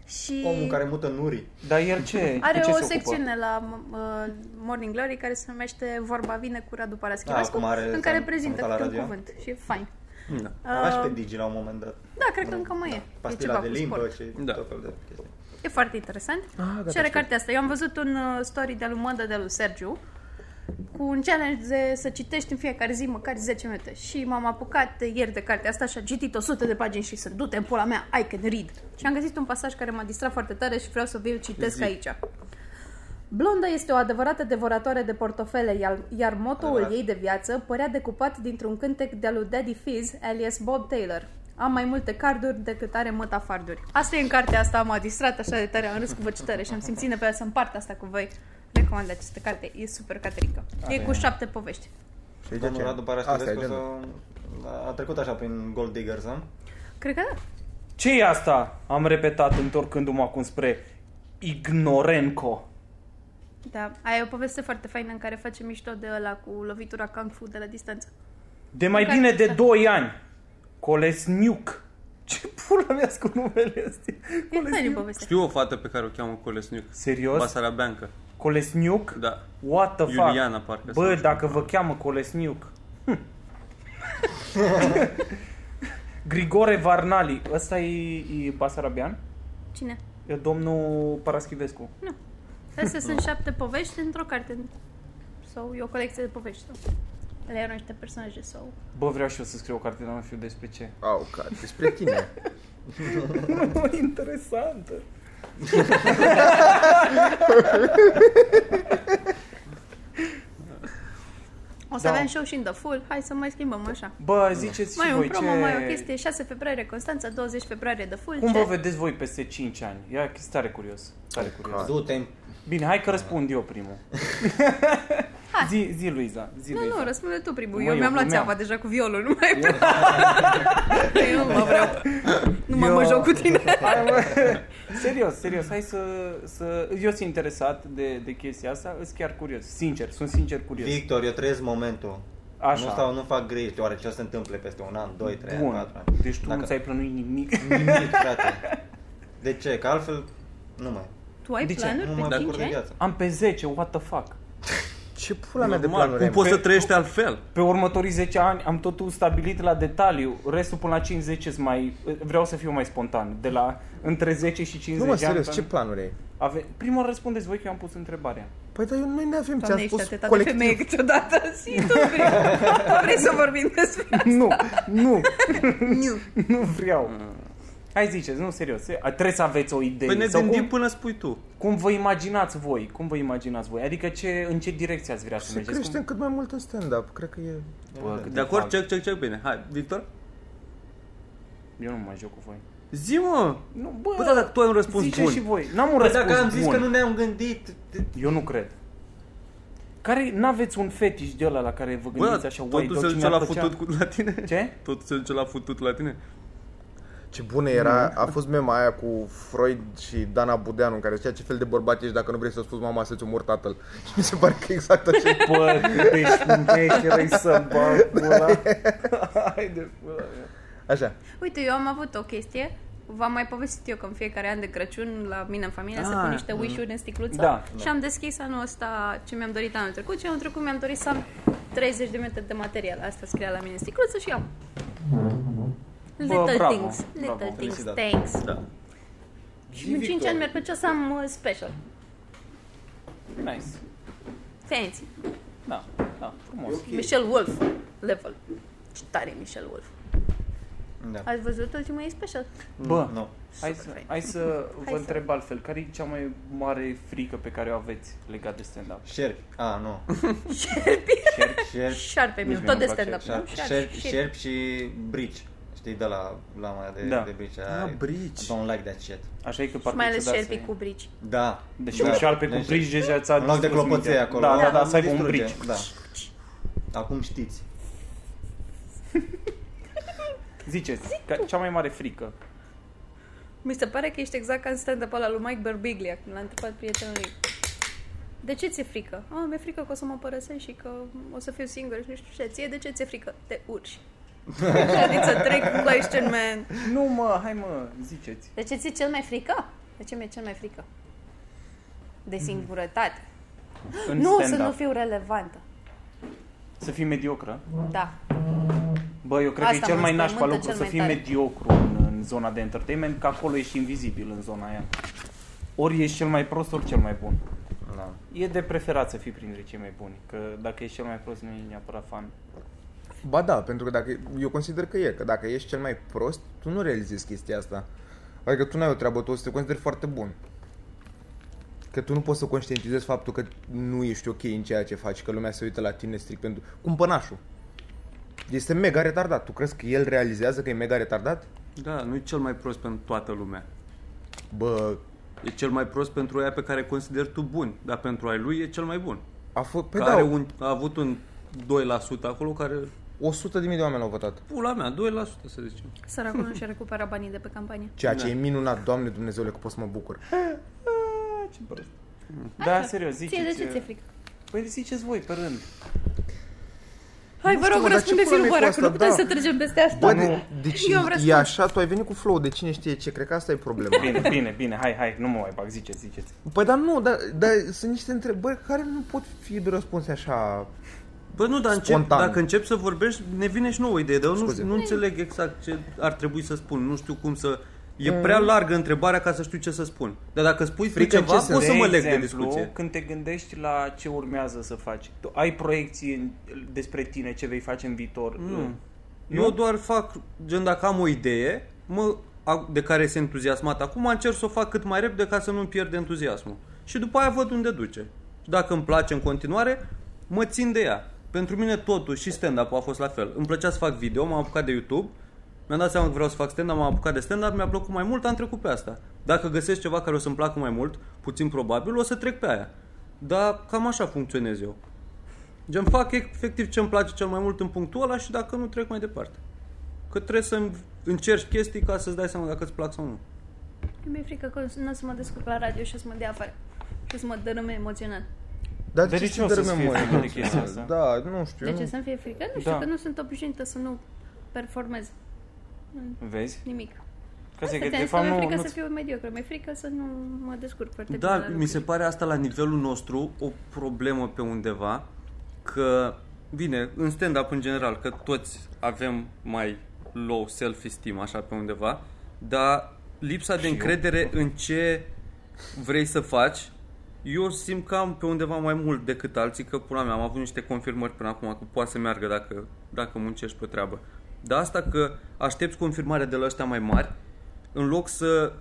Și
Omul care mută nuri.
Dar el ce?
are
cu ce
o
se
secțiune la m- uh, Morning Glory care se numește Vorba vine cu Radu Paraschivescu,
Ah, acum are-
în
s-a-
care
s-a
prezintă
mutat la
câte un
radio?
cuvânt. Și e fain.
Avea și pe Digi la un moment dat.
Da, cred că încă mai e. e
Pastila
ceva
de
cu
limbă
sport.
și
Da.
tot felul de chestii.
E foarte interesant. Ah, și are cartea asta. Eu am văzut un uh, story de-a lui Manda, de-a lui Sergiu, cu un challenge de să citești în fiecare zi măcar 10 minute. Și m-am apucat ieri de cartea asta și am citit 100 de pagini și sunt du-te în pula mea, I can read. Și am găsit un pasaj care m-a distrat foarte tare și vreau să vi-l citesc aici. Blonda este o adevărată devoratoare de portofele, iar, iar motoul ei de viață părea decupat dintr-un cântec de-a lui Daddy Fizz, alias Bob Taylor. Am mai multe carduri decât are măta farduri. Asta e în cartea asta, m-a distrat așa de tare, am râs cu vă citare și am simțit nevoia să împart asta cu voi. Recomand această carte, e super caterică. E cu șapte povești.
Și aici
Domnul
ce?
Radu
Asta e
Paraschivescu
agenda.
s-a- a trecut așa prin Gold Diggers, nu?
Cred că da.
poartă. ce e asta? Am repetat întorcându-mă acum spre Ignorenco.
Da, ai o poveste foarte faină în care face mișto de ăla cu lovitura Kung Fu de la distanță.
De mai
Care
bine de
este?
2 ani. Colesniuc. Ce pula mea cu numele astea?
E *laughs* faină poveste.
Știu o fată pe care o cheamă Colesniuc.
Serios?
Basarea Bianca.
Colesniuc?
Da.
What the fuck?
Iuliana, parcă, sau
Bă,
nu știu.
dacă vă cheamă
*laughs*
Colesniuc. Hm. Grigore Varnali. Ăsta e, e Basarabian?
Cine?
E domnul Paraschivescu.
Astea sunt șapte povești într-o carte. Sau e o colecție de povești. Sau. Le erau niște personaje sau...
Bă, vreau și eu să scriu o carte, dar nu știu despre
*laughs*
ce.
Au, ca despre tine.
Mă, interesantă.
O să
Da.
avem show și în The Full. Hai să mai schimbăm așa.
Da.
Bă, ziceți și
Mai e un
voi
promo,
ce...
mai e o chestie. 6 februarie Constanța, 20 februarie The Full.
Cum
ce?
vă vedeți voi peste 5 ani? Ia, chestie tare curios. Tare
Da.
curios.
Du-te
Bine, hai că răspund eu primul.
Hai.
zi, zi, Luiza. Zi,
Nu,
Luiza.
nu, răspunde tu primul.
Mă,
eu
eu
mi-am luat
glumeam.
țeava deja cu violul, nu mai *laughs* Eu nu mă vreau. Nu mă, mă
Eu-
joc cu tine.
Hai, mă. *laughs* serios, serios, hai să, să... Eu sunt interesat de, de chestia asta, sunt chiar curios, sincer, sunt sincer curios.
Victor, eu trăiesc momentul.
Așa.
Nu stau, nu fac griji, oare ce o să se întâmple peste un an, doi, trei, ani, patru
Bun,
ani.
deci tu
Dacă-
nu ți-ai plănuit nimic. *laughs*
Nimic, frate. De ce? Că altfel nu mai.
Tu ai
De ce?
planuri
Nu
pe
mai de
5
acord de
ani?
viață.
Am pe 10, what the fuck.
Ce pula mea de
Normal,
planuri
cum
ai,
poți
mă?
să trăiești altfel?
Pe următorii 10 ani am totul stabilit la detaliu, restul până la 50 -s mai... Vreau să fiu mai spontan, de la între 10 și 50
Nu mă,
ani.
serios, ce planuri ai?
Ave... Prima răspundeți voi că eu am pus întrebarea.
Păi dar eu noi ne avem, ți-am
Doamne, ești
spus
atâta de
colectiv.
femeie câteodată. *laughs* Și tu vrei, tu vrei să vorbim despre
nu, nu,
Nu.
*laughs* nu vreau. Mm. Hai ziceți, nu, serios, se- a- trebuie să aveți o idee.
Păi ne
sau
gândim
cum,
până spui tu.
cum vă imaginați voi, cum vă imaginați voi, adică ce, în ce direcție ați vrea să
Să
mergeți.
creștem
Cum...
cât mai mult în stand-up, cred că e...
Bă, cât
De acord?
fac.
Check, check, check, bine. Hai, Victor?
Eu nu mă mai joc cu voi.
Zi, mă!
Nu, bă,
Bă, da, dacă tu ai un răspuns
ziceți
bun.
și voi. N-am un
Păi
răspuns
dacă am zis
bun.
că nu ne-am gândit,
Eu nu cred. Care, n-aveți un fetiș de ăla la care vă
Bă,
gândiți
da,
așa, uai,
totul
dă,
se
cine
duce
ar
la
plăcea?
futut cu, la tine?
Ce?
Totul se duce la futut la tine?
Ce bună era, a fost mema aia cu Freud și Dana Budeanu, în care zicea ce fel de bărbat ești dacă nu vrei să spui mama să-ți omor tatăl. *laughs* Și mi se pare că exact așa. *laughs*
Bă, cât de șmecheră-i să bag pula. *laughs* Hai de pula mea.
Așa.
Uite, eu am avut o chestie. V-am mai povestit eu că în fiecare an de Crăciun la mine în familie se
Ah,
pun niște wish-uri în sticluță
Da.
și am deschis anul ăsta ce mi-am dorit anul trecut și anul trecut mi-am dorit să am 30 de metri de material. Asta scria la mine în sticluță și am. Little
bravo,
things, little
bravo,
things,
felicidări.
thanks.
Da.
Și în 5 ani mi-ar plăcea să am uh, special.
Nice.
Fancy.
Da, da, frumos.
Michel Wolf level. Ce tare e Michel Wolf.
Da.
Ați văzut ultimul ei special?
Bă,
nu.
hai să,
fain.
hai să vă
Hai să-
întreb altfel. Care e cea mai mare frică pe care o aveți legat de stand-up?
Șerpi. A, nu.
*laughs*
Șerpi.
Șarpe,
Nici
mi
Deci mie
tot
nu-mi
de
place
stand-up. nu?
Șerpi. Da. Șerpi. Șerpi și brici. Știi, de la lama aia de,
Da.
de brici.
Ah, brici.
Don't like that shit.
Așa e că
Și
parcă
mai
e
ales
Păi, ciudat să-
șerpii cu brici.
Da.
Deci
da.
un șarpe cu
Deci-
brici deja ți-a
În loc de
distrus
clopoței
mintea.
acolo.
Da, da, da,
nu
să ai un
distruge.
brici.
Da. Acum știți.
Ziceți, ca- cea mai mare frică.
Mi se pare că ești exact ca în stand-up ăla lui Mike Birbiglia, când l-a întrebat prietenul lui. De ce ți-e frică? Ah, mi-e frică că o să mă părăsești și că o să fiu singură și nu știu ce. Ție de ce ți-e frică? Te
*laughs*
urci. Adică trec question, man.
Nu mă, hai mă, ziceți.
De ce ți-e cel mai frică? De ce mi-e cel mai frică? De singurătate.
În
nu, să
stand-up.
nu fiu relevantă.
Să fii mediocră.
Da.
Bă, eu cred
Asta
că e cel
mă
mai
înspăimântă
nașpa lucru
cel
să
mai
fii
tare.
mediocru în, în zona de entertainment, că acolo ești invizibil în zona aia. Ori ești cel mai prost, ori cel mai bun.
Da.
E de preferat să fii printre cei mai buni, că dacă ești cel mai prost nu e neapărat fan.
Ba da, pentru că dacă, eu consider că e, că dacă ești cel mai prost, tu nu realizezi chestia asta. Adică tu n-ai o treabă, tu o să te consideri foarte bun. Că tu nu poți să conștientizezi faptul că nu ești ok în ceea ce faci, că lumea se uită la tine strict pentru... Cum pănașul. Este mega retardat. Tu crezi că el realizează că e mega retardat?
Da, nu e cel mai prost pentru toată lumea.
Bă,
E cel mai prost pentru aia pe care consideri tu bun, dar pentru ai lui e cel mai bun.
a fost... Păi
Păi care
da,
da. un, a avut un 2% acolo care...
100 de mii de oameni au votat.
Pula mea, 2% să zicem.
Săracul nu și-a recuperat banii de pe campanie.
Ceea
Da.
ce e minunat, Doamne Dumnezeule, că pot să mă bucur.
A, ce prost. Da, serios,
Ție de
ziceți.
ce ți-e frică?
Păi ziceți voi pe rând.
Hai,
Nu
vă
știu,
rog,
mă, dar ce
răspundeți-l
pula mea
voi,
e cu
că nu
asta?
putem
Da.
să trecem peste asta.
Bă, de, deci
Eu am răspuns.
e așa, tu ai venit cu flow de cine știe ce, cred că asta e
*laughs*
problema.
Bine, bine, bine, hai, hai, nu mă mai bag, ziceți, ziceți.
Păi dar nu, dar, dar sunt niște întrebări care nu pot fi de răspunse așa.
Bă, Păi nu, dar încep,
Spontan.
dacă încep să vorbești, ne vine și nouă idee, dar eu nu,
Scuze.
nu înțeleg exact ce ar trebui să spun. Nu știu cum să E prea largă întrebarea ca să știu ce să spun. Dar dacă spui
Frică
tu ceva,
ce să-
pot să
De
mă leg de
exemplu,
discuție.
când te gândești la ce urmează să faci, tu ai proiecții în, despre tine, ce vei face în viitor?
Nu. Eu doar fac, gen dacă am o idee mă, a- de care sunt entuziasmat acum, încerc să o fac cât mai repede ca să nu-mi pierd entuziasmul. Și după aia văd unde duce. Și dacă îmi place în continuare, mă țin de ea. Pentru mine totul și stand-up a fost la fel. Îmi plăcea să fac video, m-am apucat de YouTube, mi-am dat seama că vreau să fac stand-up, m-am apucat de stand-up, mi-a plăcut mai mult, am trecut pe asta. Dacă găsesc ceva care o să-mi placă mai mult, puțin probabil, o să trec pe aia. Dar cam așa funcționez eu. Gen fac efectiv ce îmi place cel mai mult în punctul ăla și dacă nu trec mai departe. Că trebuie să încerci chestii ca să-ți dai seama dacă îți plac sau nu.
Mi-e frică că nu o să mă descurc la radio și o să mă dea afară. Și o să mă dărâme emoțional.
Dar
De
ce
ce
se
o să-ți
dărâme,
fie
mă,
frică de
emoțional?
chestia asta?
Da, nu știu.
De
nu-
ce să-mi fie frică? Nu știu,
Da.
că nu sunt obișnuită să nu performez
Vezi?
nimic.
Că
Asta
se că
te-am
de
zis că
fapt
mi-e
nu,
frică
nu
să fiu mediocru, mi-e frică să nu mă descurc foarte bine
Da,
la
mi se
lucruri.
pare asta la nivelul nostru o problemă pe undeva că, bine, în stand-up în general, că toți avem mai low self-esteem așa pe undeva, dar lipsa de încredere în ce vrei să faci, eu simt că am pe undeva mai mult decât alții, că pula mea, am avut niște confirmări până acum că poate să meargă dacă, dacă muncești pe treabă. Dar asta că aștepți confirmarea de la ăștia mai mari, în loc să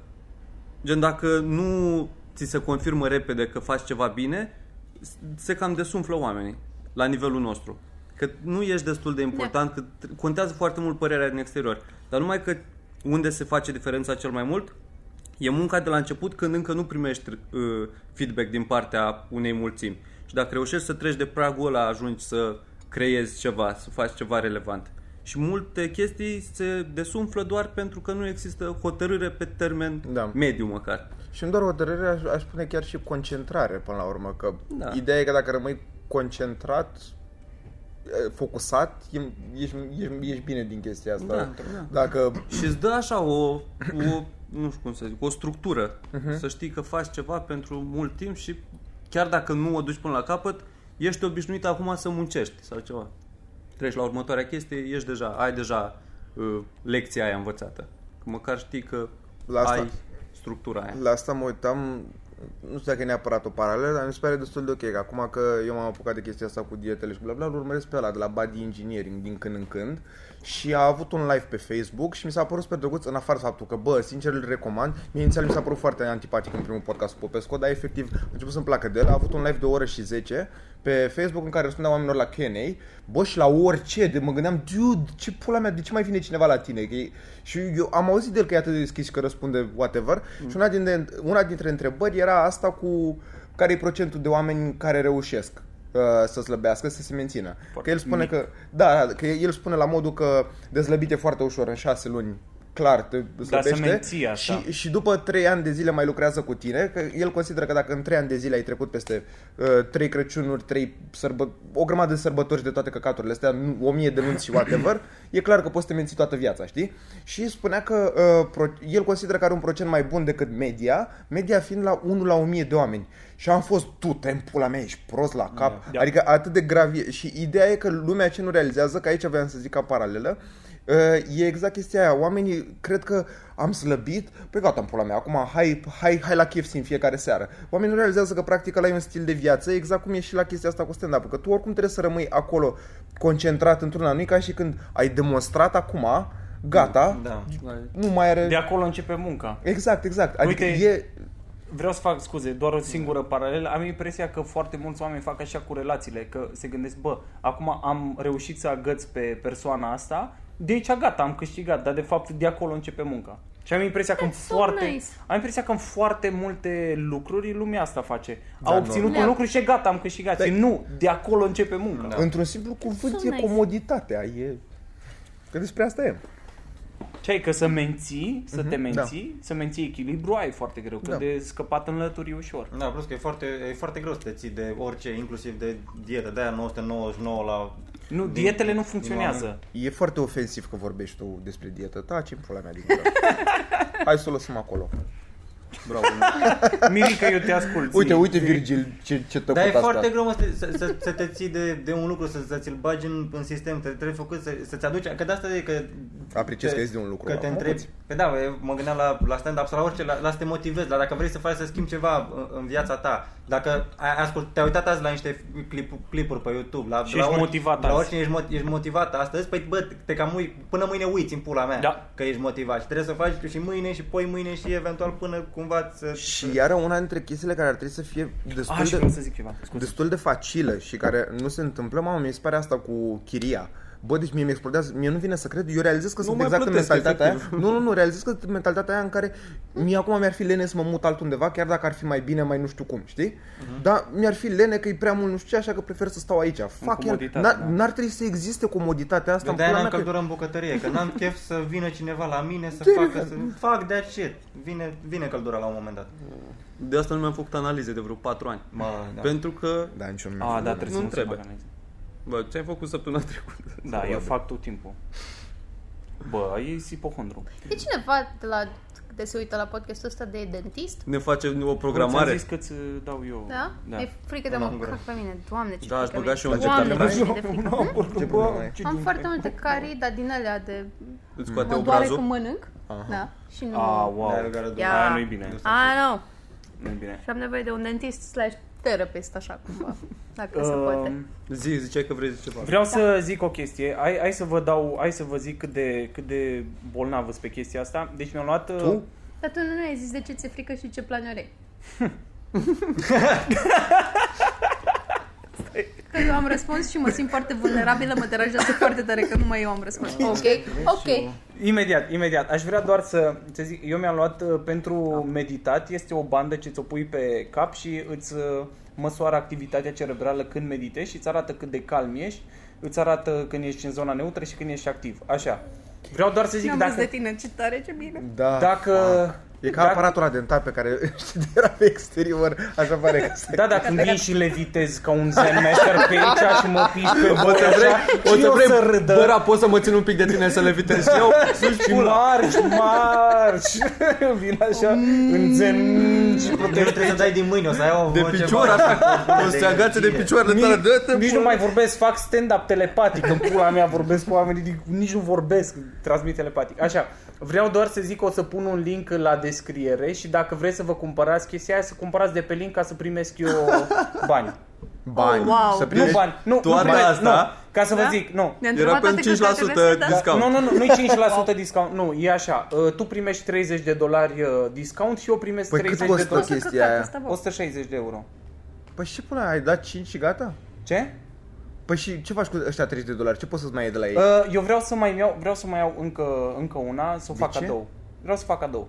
Gen, dacă nu ți se confirmă repede că faci ceva bine, se cam desumflă oamenii la nivelul nostru. Că nu ești destul de important, că tr- contează foarte mult părerea din exterior. Dar numai că unde se face diferența cel mai mult e munca de la început când încă nu primești uh, feedback din partea unei mulțimi. Și dacă reușești să treci de pragul ăla, ajungi să creezi ceva, să faci ceva relevant. Și multe chestii se desumflă doar pentru că nu există hotărâre pe termen
Da.
mediu măcar.
Și nu doar hotărâre, aș, aș spune chiar și concentrare până la urmă, că da.
Da.
ideea e că dacă rămâi concentrat, e, focusat, e- ești, ești, ești bine din chestia asta.
Da, da.
Dacă
Și îți dă așa o, o nu știu cum să zic, o structură.
Mhm.
Uh-huh. Să știi că faci ceva pentru mult timp și chiar dacă nu o duci până la capăt, ești obișnuit acum să muncești sau ceva. Treci la următoarea chestie, ești deja, ai deja uh, lecția aia învățată. Că măcar știi că
La
la
asta-
ai structura aia.
la asta mă uitam, nu știu dacă e neapărat o paralelă, dar mi se pare destul de ok, că acum că eu m-am apucat de chestia asta cu dietele și bla bla, îl urmăresc pe ăla de la Body Engineering din când în când și a avut un live pe Facebook și mi s-a părut super drăguț, în afară faptul că, bă, sincer îl recomand, mie inițial mi s-a părut foarte antipatic în primul podcast cu Popescu, dar efectiv a început să-mi placă de el, a avut un live de o oră și 10 pe Facebook în care răspundea oamenilor la Q&A, bă, și la orice, de mă gândeam, dude, ce pula mea, de ce mai vine cineva la tine? Că e... Și eu am auzit de el că e atât de deschis și că răspunde whatever mm. și una, din, una dintre întrebări era asta cu care e procentul de oameni care reușesc uh, să slăbească, să se mențină. Că el spune că, da, da, că el spune la modul că dezlăbite foarte ușor în șase luni, clar, te slăbește.
menții asta.
Și, și după 3 ani de zile mai lucrează cu tine, că el consideră că dacă în 3 ani de zile ai trecut peste uh, 3 Crăciunuri, 3 sărbă, o grămadă de sărbători și de toate căcaturile astea, nu- 1000 de nunți și whatever, e clar că poți să te menții toată viața, știi? Și spunea că uh, pro, el consideră că are un procent mai bun decât media, media fiind la 1 la 1000 de oameni. Și am fost, tu, tempula mea, ești prost la cap.
Da.
Adică atât de grav e. Și ideea e că lumea ce nu realizează, că aici aveam să zic ca paralelă, Uh, E exact chestia aia. Oamenii cred că am slăbit. Păi gata, în pula mea. Acum hai, hai, hai la KFC în fiecare seară. Oamenii nu realizează că practic ăla e un stil de viață, exact cum e și la chestia asta cu stand-up. Că tu oricum trebuie să rămâi acolo concentrat într-un anumit ca și când ai demonstrat acum, gata,
Da.
nu mai are...
De acolo începe munca.
Exact, exact. Adică
Uite-
e...
Vreau să fac scuze, doar o singură paralelă. Am impresia că foarte mulți oameni fac așa cu relațiile, că se gândesc, bă, acum am reușit să agăț pe persoana asta, de aici gata, am câștigat, dar de fapt de acolo începe munca. Și am impresia că în
That's so
foarte
nice.
am impresia că în foarte multe lucruri lumea asta face.
Da,
Au
nu.
obținut un
Da.
lucru și e gata, am câștigat. Și nu, de acolo începe munca.
Da. Într-un simplu cuvânt
So
e
nice.
comoditatea. E... Că despre asta e.
Ce ai că să menții, să te
Mhm,
menții, să menții echilibru, ai foarte greu, că
Da.
de scăpat în lături e ușor.
Da, plus că e foarte, e foarte greu să te ții de orice, inclusiv de dietă. De-aia 999 la...
Nu,
Mm.
din-
dietele nu
din
funcționează.
oameni.
E foarte
*laughs*
ofensiv că vorbești tu despre dietă. Taci în pula mea din gură. Hai să o lăsăm acolo.
Bravo.
Mirica, eu te ascult.
Uite,
zi.
uite Virgil, ce, ce tăcut
Dar e
asta.
foarte greu mă, să, să, să, să te ții de, de un lucru, să, să ți-l bagi în, în sistem, să trebuie făcut, să, să-ți aduci, că de asta e că...
Apreciez
te-
că ești de un lucru,
Că te
am
întrebi, că da, eu mă gândeam la, la stand-up sau la orice, la, la să te motivezi, la dacă vrei să faci, să schimbi ceva în, în viața ta. Dacă ai ascult, te-ai uitat azi la niște clip, clipuri pe YouTube, la,
Și
la,
ești motivat
la
azi.
oricine ești, mo- ești motivat astăzi, păi bă, te cam ui, până mâine uiți în pula mea
Da.
că ești motivat și trebuie să faci și mâine și poi mâine și eventual până cumva să...
Și iară una dintre chestiile care ar trebui să fie destul
Ah, și
de...
vreau să zic ceva.
Scuze. destul de facilă și care nu se întâmplă, mamă, mi se pare asta cu chiria. Bă, deci mie mi explodează, mie nu vine să cred, eu realizez că nu sunt
mai
exact în
plătesc,
mentalitatea aia.
efectiv.
Nu, nu, nu, realizez că sunt în mentalitatea aia în care mie acum mi-ar fi lene să mă mut altundeva, chiar dacă ar fi mai bine, mai nu știu cum, știi? Uh-huh. Dar mi-ar fi lene că e prea mult nu știu ce, așa că prefer să stau aici. Fuck el,
comoditate,
n-ar,
da.
n-ar trebui să existe comoditatea asta.
De
în
aia n-am
pula mea, că-
căldură în bucătărie, că n-am chef să vină cineva la mine să
De-
facă, să fac de shit. Vine, vine căldura la un moment dat.
De asta nu mi-am făcut analize de vreo 4 ani.
Mă, da.
Pentru că...
Da, nici eu nu
Ah,
mi-am făcut.
da, trebuie
Nu
să nu se
trebuie.
facă analize.
Bă, ce ai făcut săptămâna *laughs* trecută?
Da, eu fac tot timpul. Bă, e ipohondru.
E cineva de la de se uită la podcastul ăsta de dentist?
Ne face o
Ți-am
programare.
zis că ți dau eu.
Da?
da.
E frică de
Una
mă
în gură.
cac pe mine. Doamne, ce
Da, aș
frică
băga
mi-e.
și eu un
Doamne,
getam.
ce mi-e de frică.
Ce problemă ai?
Am foarte multe carii, dar din alea de...
Îți
Mă
scoate
doare
obrazul.
când mănânc. Da. Și nu...
Ah, wow.
Da, gara de-
Ia.
Aia nu-i bine.
Ah, nu.
Nu-i bine.
Și am nevoie de un dentist slash terapist, așa cumva. Dacă
Ă,
se
Um,
poate. Da.
Zi, ziceai că vrei să zici ceva.
Vreau să zic o chestie. Hai, hai să vă dau, hai să vă zic cât de, cât de bolnavă sunt pe chestia asta. Deci mi-am luat... uh,
Tu?
Dar tu nu ai zis de ce ți-e frică și ce planuri ai. Că eu am răspuns și mă simt foarte vulnerabilă, mă deranjează foarte tare că numai eu am răspuns. Ok, deci, uh, ok.
Imediat, imediat. Aș vrea doar să, să zic, eu mi-am luat uh, pentru meditat, este o bandă ce ți-o pui pe cap și îți uh, măsoară activitatea cerebrală când meditezi și îți arată cât de calm ești, îți arată când ești în zona neutră și când ești activ. Așa. Vreau doar să zic
Nu am
dacă...
de tine, ce tare, ce bine.
Da.
Dacă...
E ca aparatul ăla dentar pe care *laughs* știi de era pe exterior, așa pare că se
Da, dacă vin și levitez ca un zen master pe
*laughs*
aici și mă piși pe bot
să
așa,
vrei, o
și
să
o
vrei,
să râdă.
băra, poți să mă țin un pic de tine să le vitez
*laughs*
eu?
și marci, marci. *laughs* Vin așa
Mm.
în zen și
Nu trebuie să dai din mâini, o să ai o
De
o
picior,
ceva. *laughs*
așa, o să se agațe de
energie.
picioarele tale, dă
Nici nu mai vorbesc, fac stand-up telepatic În pula mea vorbesc cu oamenii din- Nici nu vorbesc, transmit telepatic Așa, vreau doar să zic că o să pun un link la descriere Și dacă vreți să vă cumpărați chestia aia Să cumpărați de pe link ca să primesc eu
*laughs*
bani
bani. Deci,
Oh, wow.
Să
Nu
primești
bani, nu, nu
Toate
bani,
asta?
nu. Ca să vă
Da?
zic, nu
Ne-a
Era
întrebat
pe
toate căcatele
5%
astea, da?
discount.
nu, nu, nu,
*laughs*
nu-i 5% discount, nu, e așa, uh, tu primești 30 de dolari uh, discount și eu primesc
Păi cât
30 de
costă?
dolari.
Asta
Chestia
căcat,
aia.
asta, bă.
160 de euro.
Păi și până ai dat 5 și gata?
Ce?
Păi și ce faci cu ăștia 30 de dolari? Ce poți să-ți mai iei de la ei?
Uh, eu vreau să mai iau, vreau să mai iau încă, încă una, să o
De
fac
ce?
cadou. Vreau să fac cadou.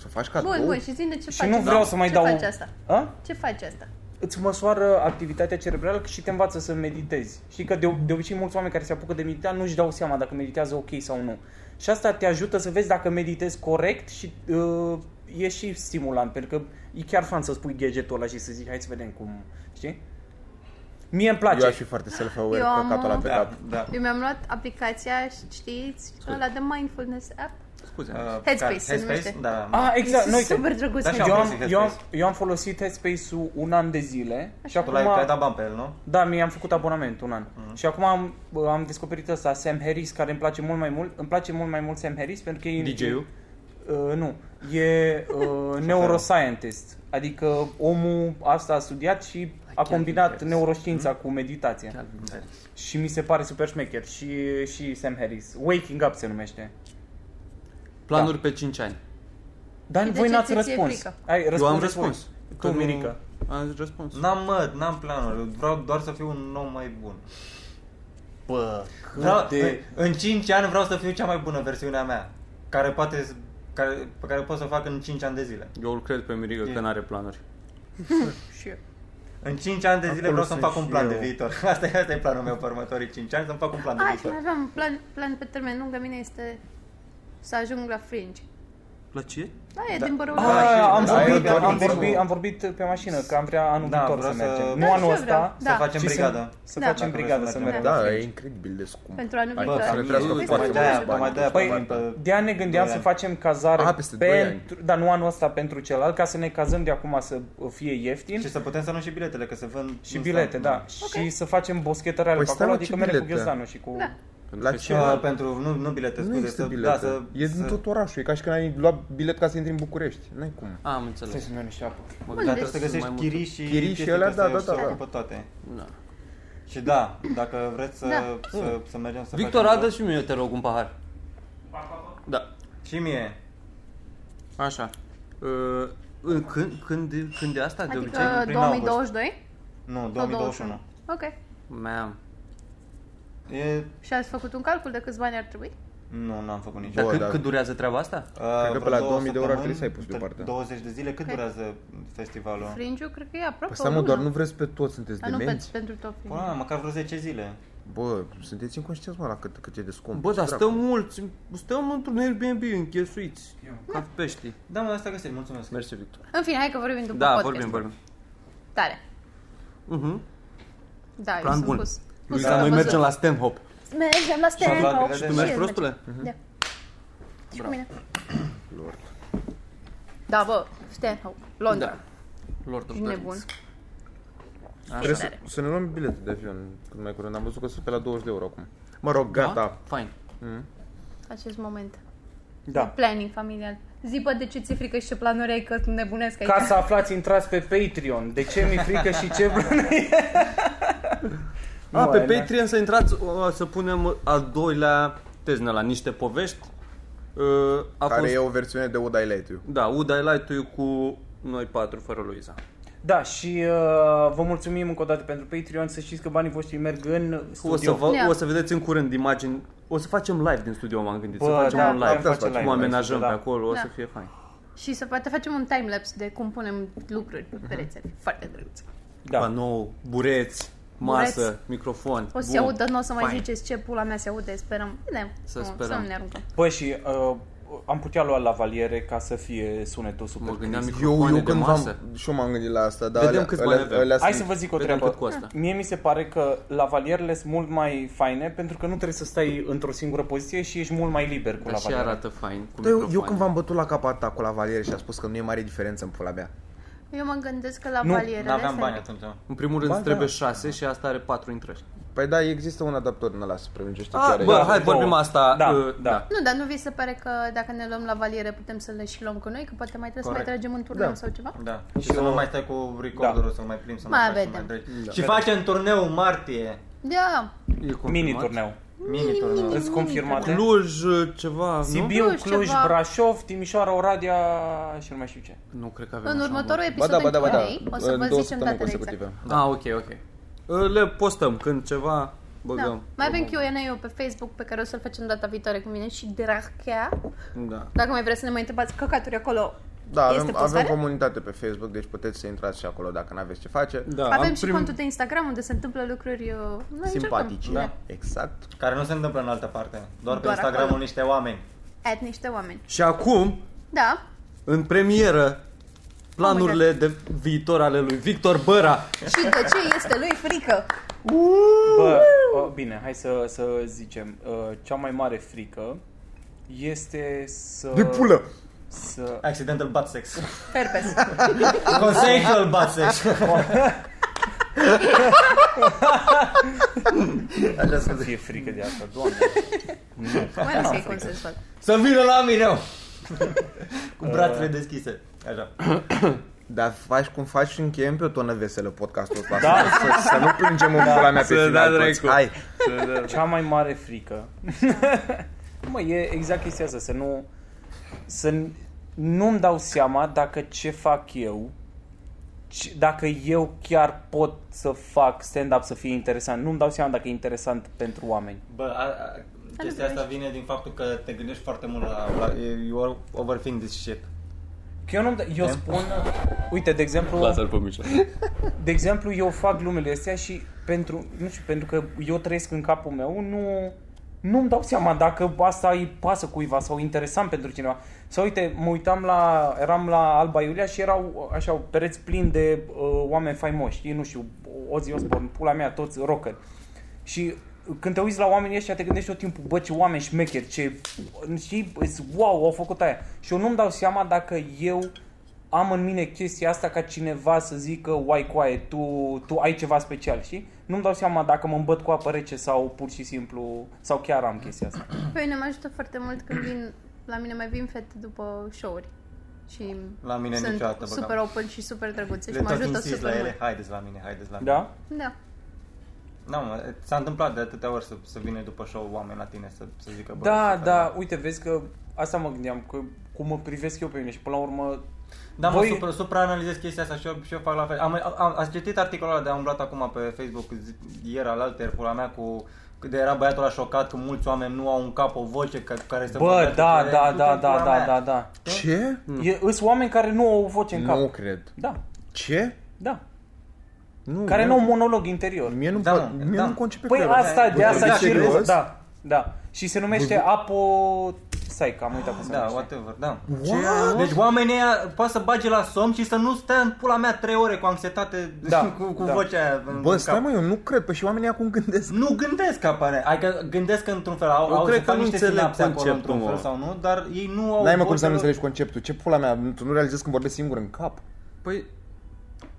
Să faci cadou?
Bun, bun, și zi de ce
Și
faci
nu
asta?
vreau să mai
ce
dau-
faci asta?
A?
Ce faci asta?
Îți măsoară activitatea cerebrală și te învață să meditezi. Știi că de, de obicei mulți oameni care se apucă de meditat nu-și dau seama dacă meditează ok sau nu. Și asta te ajută să vezi dacă meditezi corect și uh, e și stimulant, pentru că e chiar fan să spui gadgetul ăla și să zici hai să vedem cum, știi? Mie îmi place.
Eu aș fi foarte self-aware
Eu
cu
am-
catul ăla pe
Da,
cap.
da.
Eu mi-am luat aplicația, știți, ăla de mindfulness app.
Scuze.
Uh,
Uh,
care-
se numește.
da.
Ah, exact,
E
noi
super drăguț.
Da, și
eu,
am
am,
folosit
eu, am,
Headspace.
eu am folosit Headspace-ul un an de zile și
Tu
acum...
l-ai ai dat bani pe el, nu?
Da, mi-am făcut abonament un an. Mm-hmm. Și acum am, bă, am descoperit asta, Sam Harris, care îmi place mult mai mult. Îmi place mult mai mult Sam Harris pentru că e...
DJ-ul?
Uh, nu. E uh, neuroscientist. Adică omul asta a studiat și a combinat neuroștiința cu meditația. Și mi se pare super șmecher. Și, și Sam Harris. Waking Up se numește.
Planuri pe 5 ani.
Dar
Și de
voi
ce
n-ați
ți-e
răspuns.
frică?
Ai, răspuns
Eu am răspuns.
Tu,
Că nu-
Mirica.
Am răspuns.
N-am măd, n-am planuri, vreau doar să fiu un om mai bun.
Bă,
Vreau,
de...
în, în 5 ani vreau să fiu cea mai bună versiunea mea, care poate, s- care, pe care pot să o fac în 5 ani de zile.
Eu îl cred pe Mirica că n-are planuri.
Și eu.
În 5 ani de zile
Acolo
vreau să-mi
sunt
fac un
și
plan de
eu.
viitor. *laughs* Asta e, asta e planul meu pe următorii 5 ani, să-mi fac un plan de
A, și mai
viitor.
aveam plan, plan pe termen lung, la mine este să ajung la fringe.
La ce?
Da, e din Bărău.
Ah, am,
Da,
vorbit,
e tot
am,
ritmul.
vorbit, am vorbit pe mașină că am vrea anul
Da,
viitor să
vreau să-
mergem.
Da,
Nu
și eu
anul ăsta,
vreau.
Să
Da.
facem
ci
brigada.
Să
Da.
facem
Dacă
brigada
vreți să
să
mergem.
mergem.
Da, e incredibil de scump.
Pentru anul
Hai,
viitor.
să le trească
Păi,
cu
să
foarte
facem
mulți
și
bani.
brigada.
de-aia
Păi,
punem pe-
de ani ne gândeam
doi
să
ani.
facem cazare
Ah, peste doi
pentru, da, nu anul ăsta pentru celălalt, ca să ne cazăm de acum să fie ieftin.
Și să putem să luăm și biletele, că se vând...
Și
nu
bilete,
stau.
da. Și să facem boschetăreale
Mm. Păi
pe
stai, mă,
acolo, adică
ce
merg cu
bilete?
ghiozdanul și cu...
Da.
La
Și
ce?
uh, pentru, nu, nu bilete,
Nu
scuze,
există
să, da, să,
bilete. E din
să,
tot orașul. E ca și când ai luat bilet ca să intri în București. N-ai cum.
Păi
A, am
Trebuie
înțeles.
să-mi iau niște apă.
Mă
Dar
gândeam
trebuie să
sunt mai
găsești
multe.
chirii și
Chirii și
chestii
alea,
de-astea
da, da,
să
da.
ocupe toate.
Da.
Și da, dacă vreți să,
Da.
să, să mergem să
Victor,
facem
adă și mie, te rog, un pahar. Da.
Și mie.
Așa. Uh, în- când, când, când de asta? De obicei?
obicei,
Adică
prin
2022?
Nu,
Sau
2021.
Ok.
Mam.
E...
Și ați făcut un calcul de câți bani ar trebui?
Nu, n-am făcut nici.
Dar
Bă,
cât,
da.
cât durează treaba asta?
Uh,
Cred că pe la
vreo
2000 de euro ar trebui să ai pus
săptămâni,
deoparte.
20 de zile, cât
Cred.
durează festivalul?
Fringiu, cred că e aproape
Păi stai mă, doar nu vreți pe toți, sunteți
A, da. nu pe,
demenți?
pentru tot fringiu.
Până la măcar vreo 10 zile.
Bă, sunteți inconștienți, mă, la cât, cât e de scump.
Bă, dar
Dracu.
stăm mulți, stăm într-un Airbnb închesuiți, ca pești.
Da, mă, asta găsit, mulțumesc.
Mersi, Victor.
În fine, hai că vorbim după
Da,
podcast.
vorbim, vorbim.
Tare.
Mhm.
Da, eu
Plan
sunt
bun.
pus. pus
Luiza,
să
noi
văzut.
mergem la Stanhope.
Mergem la
Și am luat
Stanhope.
bilete.
Tu
Și
mergi,
el
prostule?
merge. Da. Și cu mine. Da, bă, Stanhope, Londra.
Da. Lord of
Ești
the
nebun.
Rings.
Trebuie
Așa.
să, să ne luăm bilete de avion cât mai curând. Am văzut că sunt pe la 20 de euro acum. Mă rog, gata.
Fine.
Acest moment.
Da.
Planning familial. Zi, bă, de ce ți-e frică și ce planuri ai că tu nebunesc aici?
Ca să aflați, intrați pe Patreon. De ce mi-e frică și
*laughs*
ce
A,
Bă,
pe
da.
Patreon să intrați, o, să punem al doilea teznă la niște povești. Uh, A
Care
fost,
e o versiune de Would I Let You.
da, Uda Light cu noi patru fără Luiza.
Da, și uh, vă mulțumim încă o dată pentru Patreon. Să știți că banii voștri merg în
O să,
studio.
vă,
Da.
o să vedeți în curând imagini. O să facem live din studio, m-am gândit. să
Bă,
facem
da,
un
putem
live.
face live,
cum amenajăm
da.
pe acolo, o
Da.
să fie fain.
Și să poate facem un timelapse de cum punem lucruri
Mhm.
pe pereți. Ar fi Foarte drăguț.
Da.
Panou, bureți, masă,
Bureți.
microfon.
O să
Bun.
se audă, nu o să mai
Fain.
ziceți ce pula mea se aude, sperăm. Ne,
Să
nu,
sperăm.
Să nu ne aruncăm.
Bă, și uh, am putea lua la valiere ca să fie sunetul super
Mă gândeam
crisp.
Eu,
microfoane
eu
de
când
masă.
v-am... Și eu m-am gândit la asta, dar
Vedem
alea-
câți bani
alea-
avem.
alea
Hai să
sunt-
vă zic o
Vedem
treabă.
cât costă.
Mie mi se pare că lavalierele sunt mult mai faine pentru că nu trebuie să stai într-o singură poziție și ești mult mai liber cu
Dar și
lavaliere.
arată fain cu
Da,
Păi
eu, eu
microfoane.
când v-am bătut la capata cu la valiere și a spus că nu e mare diferență în pula mea.
Eu mă gândesc că la
Nu,
valierele
N-aveam
sunt-
bani atunci.
În primul rând
Ba,
îți trebuie
da.
6 și asta are 4 intrări.
Păi da, există un adaptor în ăla să prelungește
Ah,
chiar.
bă,
Da.
hai,
Două.
vorbim asta,
Da,
uh,
da.
da.
Nu, dar nu vi se pare că dacă ne luăm la valiere putem să le și luăm cu noi? Că poate mai trebuie să
Corect.
mai tragem în turneu
Da.
sau ceva?
Da. Și, să nu Da. mai stai cu recorderul, să mai plimbi, să
Mai
mai faci, să
vedem.
mai treci. Și facem turneu în martie.
Da.
E confirmat.
Mini turneu.
Mini turneu.
Îți confirmate?
Cluj, uh, ceva, nu?
Sibiu,
Cluj,
Cluj,
ceva.
Brașov, Timișoara, Oradea și nu mai știu ce.
Nu cred că avem
În
așa
următorul
Ba
episod
da, ba da,
în
ba da.
Q&A, o să
În
vă
două
zicem exact.
săptămâni
datele exacte.
consecutive.
mult. Ah, ok, ok. Uh, Le postăm când ceva
Da.
băgăm.
Mai avem Q&A-ul pe Facebook pe care o să-l facem data viitoare cu mine și Drachea.
Da.
Dacă mai vreți să ne mai întrebați căcaturi acolo,
Da,
este
avem,
postare?
avem comunitate pe Facebook, deci puteți să intrați și acolo dacă n-aveți ce face.
Da,
avem
am
și contul de Instagram unde se întâmplă lucruri uh, noi încercăm.
Simpatice.
Da.
Exact.
Care nu se întâmplă în altă parte. Doar pe
Doar
Instagramul
acolo.
niște oameni.
At niște oameni.
Și acum,
Da.
în premieră, planurile de viitor ale lui Victor Băra.
Și de ce este lui frică?
Bă, o, bine, hai să, să zicem. uh, Cea mai mare frică este să...
De pulă!
Să...
Accidental butt sex. *laughs*
Herpes.
Consensual butt *laughs* sex.
Să fie frică de asta, doamne.
Mai ales că e consensual.
Să vină la mine! mă! Cu brațele deschise. Așa.
Dar faci cum faci și încheiem pe o tonă veselă podcastul ăsta.
Da.
Să, să nu plângem în pula mea pe
Să
final
da
toți.
dracu.
Hai.
Cea mai mare frică. *laughs* mă, e exact chestia asta, să nu să n- nu-mi dau seama dacă ce fac eu ci- dacă eu chiar pot să fac stand-up să fie interesant. Nu-mi dau seama dacă e interesant pentru oameni.
Bă, a, a, chestia asta vine din faptul că te gândești foarte mult la... la you are overthink this shit.
Că eu nu eu spun, uite, de exemplu,
Da. pe mijloc.
*laughs* de exemplu, eu fac glumele astea și pentru, nu știu, pentru că eu trăiesc în capul meu, nu nu-mi dau seama dacă asta îi pasă cuiva sau interesant pentru cineva. Sau uite, mă uitam la, eram la Alba Iulia și erau așa pereți plini de uh, oameni faimoși, știi? nu știu, Ozzy Osbourne, pula mea, toți rocker. Și când te uiți la oamenii ăștia, te gândești tot timpul, bă, ce oameni șmecheri, ce, știi, îți- wow, au făcut aia. Și eu nu-mi dau seama dacă eu am în mine chestia asta ca cineva să zică, uai, coaie, tu, tu ai ceva special, știi? Nu-mi dau seama dacă mă îmbăt cu apă rece sau pur și simplu, sau chiar am chestia asta.
Pe mine mă ajută foarte mult când vin, la mine mai vin fete după show-uri. Și
La mine
sunt
niciodată, bă,
super
cam.
open și super drăguțe
Le
și mă
tot
ajută
insist la
super
ele,
mult.
haideți la mine, haideți la mine.
Da?
Da.
Nu, mă, s-a întâmplat de atâtea ori să, să vină după show oameni la tine să, să zică bă,
Da,
super,
da, uite, vezi că asta mă gândeam, că cum mă privesc eu pe mine și până la urmă
Da, mă,
Voi-
supra, supraanalizez chestia asta și eu, și eu fac la fel. Am, am, ați citit articolul ăla de am umblat acum pe Facebook zi- ieri al alter, pula mea, cu cât de era băiatul ăla șocat că mulți oameni nu au un cap, o voce ca, care să
Bă,
vorbească
da,
cu ele.
da,
Du-te
da,
în
da,
pula
da,
mea.
da, da.
Ce?
E, îs oameni care nu au voce în
Nu
cap.
cred.
Da,
Ce?
da.
Nu,
Care
mie-
nu au monolog interior.
Mie nu,
Da,
da, mie
da.
nu concepe
Păi
creierul.
asta, de
Bă,
asta
da,
și
serios?
râs. Da, da. Și se numește apo... Stai că am uitat cum se
Da,
numește.
whatever, da.
What?
Deci oamenii ăia poate să bage la somn și să nu stea în pula mea trei ore cu anxietate
Da,
*laughs* cu, cu
da.
vocea aia în
Bă,
cap.
stai mă, eu nu cred, păi și oamenii acum gândesc.
Nu gândesc că apare. Adică gândesc într-un fel, au,
Eu
au
cred
se
că
fac
nu
niște
înțeleg
sinapse acolo
conceptul,
într-un fel
mă.
sau nu, dar ei nu au
N-ai mă cum
vocea
să
lor.
nu înțelegi conceptul, ce pula mea, tu nu realizezi când vorbesc singur în cap.
Păi,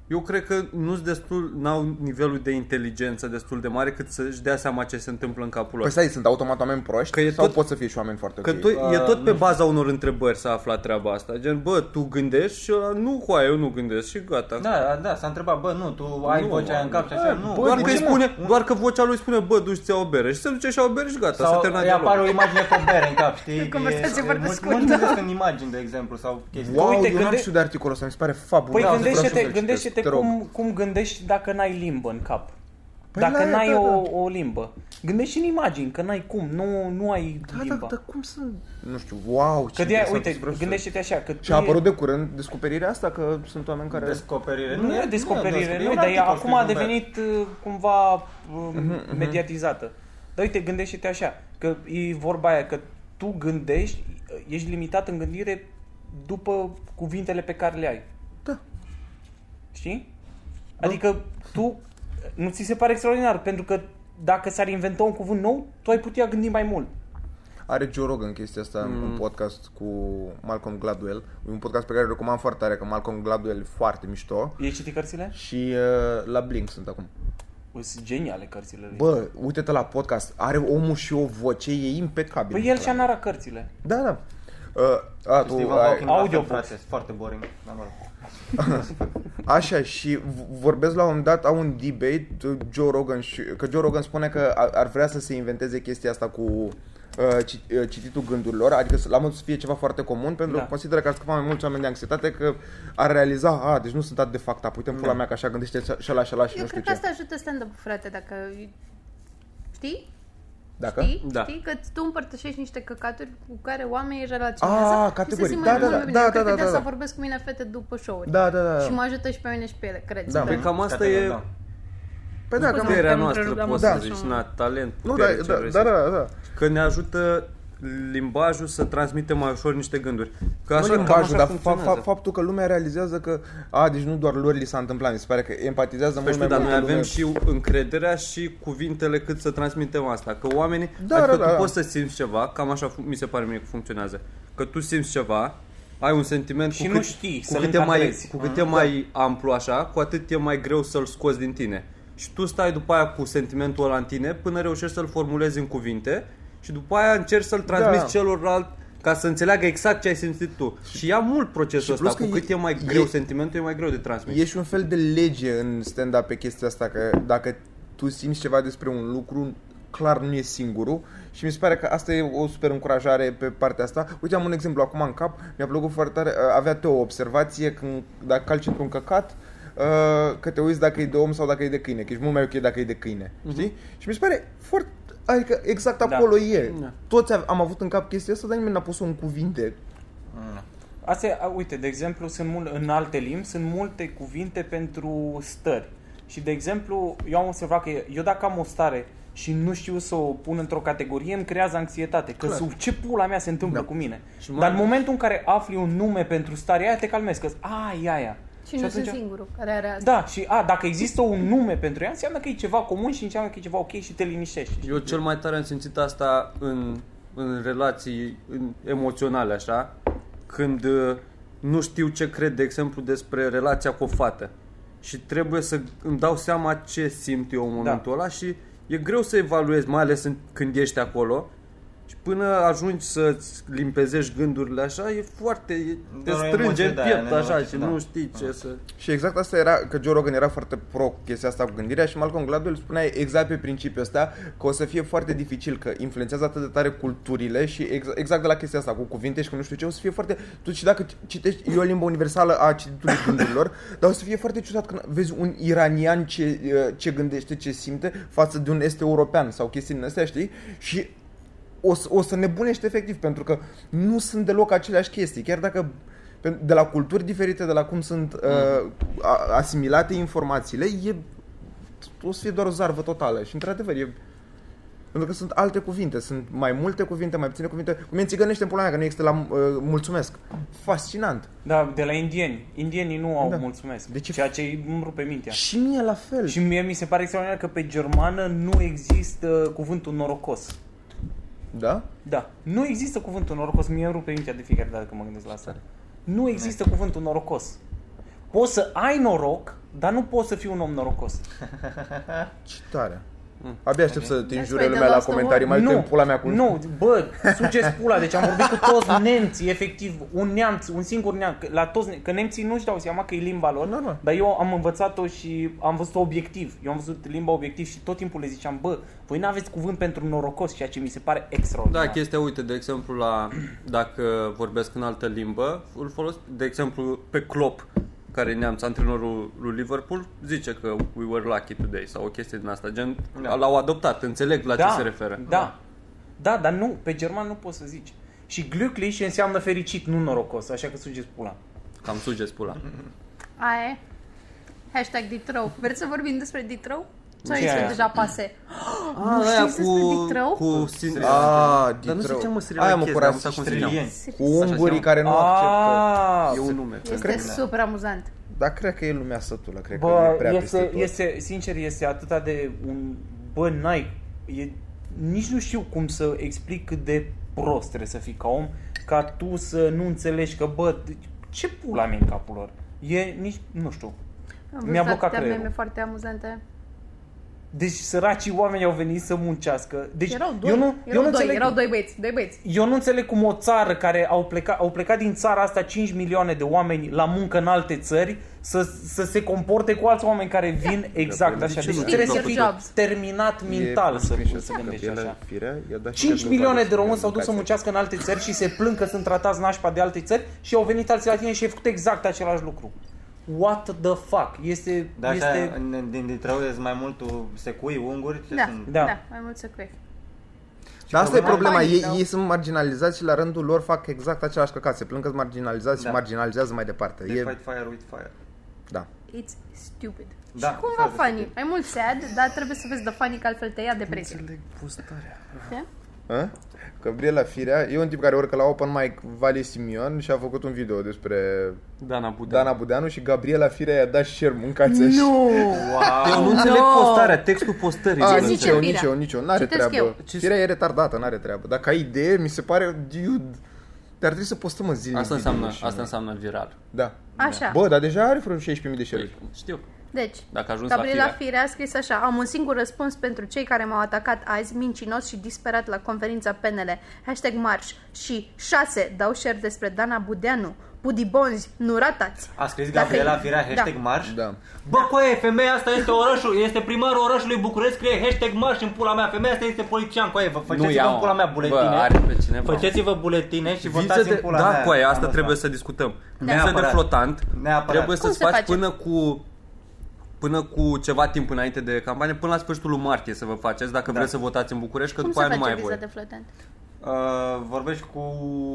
eu cred că nu-s destul, n-au nivelul de inteligență destul de mare cât să-și dea seama ce se întâmplă în capul lor.
Păi stai, sunt automat oameni proști
Că e
sau
tot-
pot să fie și oameni foarte
Că
ok?
tu, e tot pe baza unor întrebări s-a aflat treaba asta. Gen, bă, tu gândești și ăla, nu, cu aia, eu nu gândesc și gata.
Da, da, s-a întrebat, bă, nu, tu ai
Nu,
vocea aia în cap și așa, nu.
Ah, doar,
de
că îi
ce,
spune, doar că vocea lui spune, bă, duci o bere și se duce și ia o bere și gata, s-a
sau
terminat
îi apare
dialogul.
o imagine cu o bere în cap, știi?
E conversație
E- e-
foarte
mulți-
scurtă.
Mulți gândesc în imagini, de exemplu, sau chestii.
Wow,
Uite,
eu n-am
gânde-
știut de articolul ăsta, mi se pare fabulos.
Păi
vreau să-l
gândește-te,
citesc,
gândește-te
da, te rog.
cum, cum gândești dacă n-ai limbă în cap.
Păi
dacă
la-
n-ai
da,
o, o limbă. Gândești și în imagini, că n-ai cum, nu, nu ai
Da, da,
limba.
dar cum sunt? Nu știu, wow, ce
Că de
interesant,
uite,
vreau să-
gândește-te așa, că
Și a apărut de curând descoperirea asta că sunt oameni care...
Descoperire.
Nu e o descoperire, nu, dar e- acum a devenit uh, cumva um, mediatizată. Dar uite, gândește-te așa, că e vorba aia, că tu gândești, uh, ești limitat în gândire după cuvintele pe care le ai.
Da.
Știi? Adică tu, nu ți se pare extraordinar, pentru că dacă s-ar inventa un cuvânt nou, tu ai putea gândi mai mult.
Are Joe Rogan chestia asta mm. un podcast cu Malcolm Gladwell. E un podcast pe care îl recomand foarte tare, că Malcolm Gladwell e foarte mișto.
Ei citi cărțile?
Și uh, la Blink sunt acum.
Sunt geniale cărțile lui.
Bă, uite-te la podcast. Are omul și o voce, e impecabil.
Păi el și-a nara cărțile.
Da, da. Uh, a, tu, ai,
Audio
Audio,
box.
frate, foarte boring. dar mă rog.
Așa, și v- vorbesc la un moment dat, au un debate, Joe Rogan, și, că Joe Rogan spune că ar, ar vrea să se inventeze chestia asta cu uh, ci- uh, cititul gândurilor, adică să- la modul să fie ceva foarte comun, pentru
Da.
că consideră că ar scăpa mai mulți oameni de anxietate, că ar realiza, a, deci nu sunt atât de fact up, uite în
Da.
pula mea că așa gândește și ăla și ăla și
Eu
nu
cred
știu
că
ce.
asta ajută stand-up-ul, frate, dacă... Știi?
Dacă?
Știi?
Da.
Știi că tu împărtășești niște căcaturi cu care oamenii relaționează
Ah,
și
categoric.
se simt
Da,
mai
da,
mult
da,
bine.
da,
Eu
da,
cred
da,
că de
da,
asta
da.
vorbesc cu mine fete după show-uri.
Da, da, da.
Și mă ajută și pe mine și pe ele, cred.
Da,
Sper.
Păi cam asta
Categoric,
e
da.
Păi da,
Scuze-mă.
cam...
puterea
am
noastră,
întrerupt,
poți
am
să
întrerupt.
zici, na, talent,
Da. Nu, da,
putere, ce
da,
vrei
da,
să
da, da.
Că ne ajută limbajul să transmitem mai ușor niște gânduri. Că
Așa, nu
cam
limbajul, dar fa-
funcționează.
fa- faptul că lumea realizează că, a, deci nu doar lor li s-a întâmplat, mi se pare că empatizează
Păi
mult
știu,
mai
dar
mult
noi
cu lumea.
avem și încrederea și cuvintele cât să transmitem asta. Că oamenii,
Da,
adică
da,
tu
da, da.
poți să simți ceva, cam așa fu- mi se pare mie că funcționează. Că tu simți ceva, ai un sentiment
Și
cu
nu
cât,
știi
cu
să-l
cât e mai,
încadrezi.
cu cât e mai amplu așa, cu atât e mai greu să-l scoți din tine. Și tu stai după aia cu sentimentul ăla în tine până reușești să-l formulezi în cuvinte și după aia încerci să-l transmiți
Da.
celorlalți ca să înțeleagă exact ce ai simțit tu. Și ia mult procesul
plus
ăsta. Cu
că
cât
e-
e mai
e-
greu sentimentul, e mai greu de transmis.
E și un fel de lege în stand-up pe chestia asta că dacă tu simți ceva despre un lucru, clar nu e singurul și mi se pare că asta e o super încurajare pe partea asta. Uite, am un exemplu acum în cap, mi-a plăcut foarte tare, uh, avea Teo o observație când dacă calci într-un căcat, uh, că te uiți dacă e de om sau dacă e de câine, că ești mult mai ok dacă e de câine, știi? Și mi se pare foarte Adică exact
Mhm. Da.
acolo e. Toți am avut în cap chestia asta, dar nimeni n-a pus-o în cuvinte.
Astea, a, uite, de exemplu, sunt mul- în alte limbi sunt multe cuvinte pentru stări. Și, de exemplu, eu am observat că eu dacă am o stare și nu știu să o pun într-o categorie, îmi creează anxietate. Că sub ce pula mea se întâmplă da. cu mine.
Și mai
Dar în
ales-
momentul în care afli un nume pentru starea aia, te calmezi. Că ai aia.
Și nu sunt singurul care are asta.
Da, și a, dacă există un nume pentru ea, înseamnă că e ceva comun și înseamnă că e ceva ok și te liniștești.
Eu cel mai tare am simțit asta în, în relații în, emoționale, așa, când uh, nu știu ce cred, de exemplu, despre relația cu o fată. Și trebuie să îmi dau seama ce simt
Da.
eu în momentul ăla și e greu să evaluezi, mai ales în, când ești acolo. Și până ajungi să-ți limpezești gândurile așa, e foarte... E, te
Doar o
strânge
emoție
în
de aia
piept așa
nenorocită,
și
da.
nu știi ce să...
Și exact asta era, că Joe Rogan era foarte pro cu chestia asta cu gândirea și Malcolm Gladwell spunea exact pe principiul ăsta că o să fie foarte dificil, că influențează atât de tare culturile și ex- exact de la chestia asta, cu cuvinte și cu nu știu ce, o să fie foarte... Tu și dacă citești, e o limbă universală a cititului gândurilor, dar o să fie foarte ciudat când vezi un iranian ce, uh, ce gândește, ce simte față de un este european sau chestii din astea, știi? Și o, să- o să nebunești efectiv, pentru că nu sunt deloc aceleași chestii, chiar dacă pe- de la culturi diferite, de la cum sunt uh, a- asimilate informațiile, e, o să fie doar o zarvă totală și într-adevăr e pentru că sunt alte cuvinte, sunt mai multe cuvinte, mai puține cuvinte. Cum e în țigănește în pula mea, că nu există la uh, mulțumesc. Fascinant.
Da, de la indieni. Indienii nu au
Da.
da. mulțumesc.
De ce-
Ceea ce îmi rupe mintea.
Și mie la fel.
Și mie mi se pare extraordinar că pe germană nu există cuvântul norocos.
Da?
Da. Nu există cuvântul norocos. Mie îmi rupe mintea de fiecare dată când mă gândesc la asta. Nu există cuvântul norocos. Poți să ai noroc, dar nu poți să fii un om norocos.
Ce tare. Abia aștept să te
That's
înjure
why the
lumea la
last
comentarii. Mai uite în pula mea cu...
nu, bă, sugeți pula, deci am vorbit cu toți nemții, efectiv, un neamț, un singur neamț, că la toți, ne- că nemții nu-și dau seama că e limba lor,
Normal.
dar eu am învățat-o și am văzut-o obiectiv, eu am văzut limba obiectiv și tot timpul le ziceam, bă, voi n-aveți cuvânt pentru norocos, ceea ce mi se pare
Da,
extraordinar.
chestia, uite, de exemplu, la dacă vorbesc în altă limbă, îl folosesc, de exemplu, pe Klopp, care e neamț, antrenorul lui Liverpool, zice că we were lucky today sau o chestie din asta, gen,
Da.
l-au adoptat, înțeleg la
da,
ce se referă.
Da. da, dar nu, pe german nu poți să zici. Și glücklich înseamnă fericit, nu norocos, așa că sugeți pula.
Cam sugeți pula.
Aia e. Hashtag Ditrău. Vreți să vorbim despre Ditrău? Sau
Ce
este
aia?
deja pase?
Ah,
știi
aia
să
cu,
spui Ditrău?
cu sin-
Ah,
Dar nu se
Ditrău.
cheamă Sri
Aia mă
Lankezi,
curat
am uitat cum se cheamă.
Strilieni.
Cu ungurii care nu acceptă.
Ah,
E un nume.
Este
Cred că da.
super amuzant.
Dar cred că e lumea sătulă, cred că e
Bă,
prea peste
este,
tot.
este, sincer, este atâta de un... Bă, n-ai... E, nici nu știu cum să explic cât de prost trebuie să fii ca om, ca tu să nu înțelegi că, bă, ce pula mea în capul lor? E nici... nu știu.
Păi,
Am văzut
Mi-a blocat
atâtea
creierul.
meme foarte amuzante.
Deci săracii oameni au venit să muncească. Deci
Erau doi.
eu nu, eu
erau,
nu
doi
înțeleg...
erau doi băieți. Doi băieți.
Eu nu înțeleg cum o țară care au plecat, au plecat din țara asta 5 milioane de oameni la muncă în alte țări să, să se comporte cu alți oameni care vin exact
Da. păi de
așa.
ce
Deci
nu?
trebuie
Steve
să fii
Jobs.
terminat mental să, să gândești așa. 5 milioane de români s-au dus să muncească în alte țări și se plâng că sunt tratați nașpa de alte țări și au venit alții la tine și ai făcut exact același lucru. What the fuck? Este...
Dar
este...
așa, în- din Ditrău e mai mult secui, unguri, ce
Da,
sunt?
da.
Da.
da, mai mult să cred.
Dar asta e
problema
problema,
banii,
ei,
da.
ei sunt marginalizați și la rândul lor fac exact același căcat, se plâng că sunt marginalizați și
Da.
marginalizează mai departe.
Deci
They
E,
fight fire with fire.
da.
It's stupid.
Da,
și cumva
foarte
funny. Mai mult sad, dar trebuie să vezi de funny că altfel te ia depresie. Știi?
A? Gabriela Firea e un tip care urcă la open mic Vali Simion și a făcut un video despre
Da.
Dana Budea.
Dana Budeanu și Gabriela Firea i-a dat share mâncația și...
Eu nu înțeleg postarea, textul postării.
A,
nu
zice
nici
înțeleg.
eu,
Firea?
nici eu, nici eu, n-are
Citesc
treabă.
eu.
Ce-
Firea e retardată, n-are treabă. Dar ca idee, mi se pare, dude, dar trebuie să postăm în zilnic
Asta
videoul
înseamnă,
și
asta
noi.
înseamnă viral.
Da.
Așa.
Bă, dar deja are vreo 16.000 de share
Știu.
Deci,
Dacă ajungi la
Gabriela
firea.
Firea a scris așa Am un singur răspuns pentru cei care m-au atacat azi, mincinos și disperat la conferința PNL. Hashtag marș și 6. Dau share despre Dana Budeanu. Budibonzi, nu ratați.
A scris
Dacă-
Gabriela Firea, hashtag
da.
marș.
Da.
Bă, coaie, femeia asta este orașul, este primarul orașului București, scrie hashtag marș în pula mea, femeia asta este politician, coaie, vă faceți-vă
ia,
în pula mea
mă.
buletine.
Bă, are pe cineva.
Faceți-vă buletine și
Viță
votați
de,
în pula
da,
mea.
cu aia, asta
Anul
trebuie
ăsta.
să discutăm. Viță de
Neapărat.
flotant,
Neapărat.
trebuie
Cum
să-ți
se
faci
face?
până cu până cu ceva timp înainte
Da.
de campanie, până la sfârșitul lui martie să vă faceți, dacă vreți să votați în București, că
Cum
după
se
aia nu
face
mai e
viza
voie.
de flotant?
Uh, vorbești cu,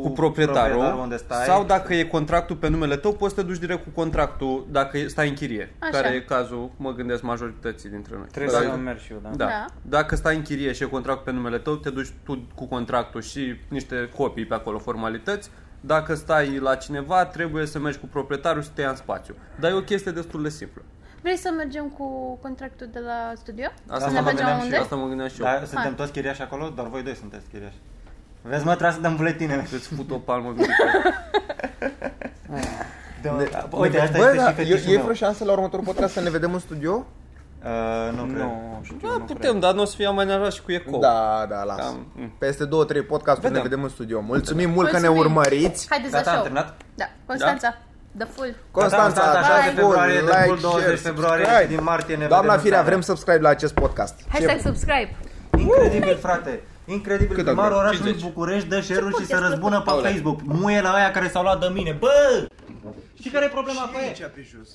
cu proprietarul,
proprietarul unde stai.
sau da- dacă e contractul pe numele tău, poți să te duci direct cu contractul dacă e- stai în chirie,
Așa.
care e cazul, mă gândesc, majorității dintre noi.
Trebuie
dacă,
să merg și eu, da.
da.
Da.
Dacă stai în chirie și e contract pe numele tău, te duci tu cu contractul și niște copii pe acolo, formalități. Dacă stai la cineva, trebuie să mergi cu proprietarul și să te ia în spațiu. Dar e o chestie destul de simplă.
Vrei să mergem cu contractul de la studio?
Asta
să
mă
ne mergem
gândeam și
unde?
eu.
Asta mă gândeam și eu.
Dar Da, suntem
Hai.
toți chiriași acolo? Doar voi doi sunteți chiriași. Vezi, mă, trebuie să dăm buletinele.
Îți fut o palmă viitoare.
Dă-
Ne-
Uite, asta
Bă,
este
da,
și fetișul
e, e
meu.
vreo șansă la următorul podcast să ne vedem în studio?
Uh, nu, cred.
Nu, știu,
Da,
nu
putem, dar nu o să fie mai nervos și cu eco.
Da, da, las.
Cam,
mm.
Peste două, trei podcasturi ne
Vedem.
vedem în studio. Mulțumim mult că ne
Mulțumim.
urmăriți.
Haideți
Gata,
la
am
show.
terminat? Da?
Da, Constanța, the full.
Constanța,
Gata, Constanța, 6
da, bun,
februarie, de
like,
full 20
share,
februarie,
subscribe.
din martie ne
Doamna
vedem în
Firea,
sală.
vrem subscribe la acest podcast.
Hashtag
Ce-
subscribe.
Incredibil, frate. Incredibil.
Cât
Primarul
acum?
orașului
50.
București dă share
Ce
și se
podcast
răzbună pe Facebook. Muie la aia care s-au luat de mine. Bă! Știi care e problema cu aia?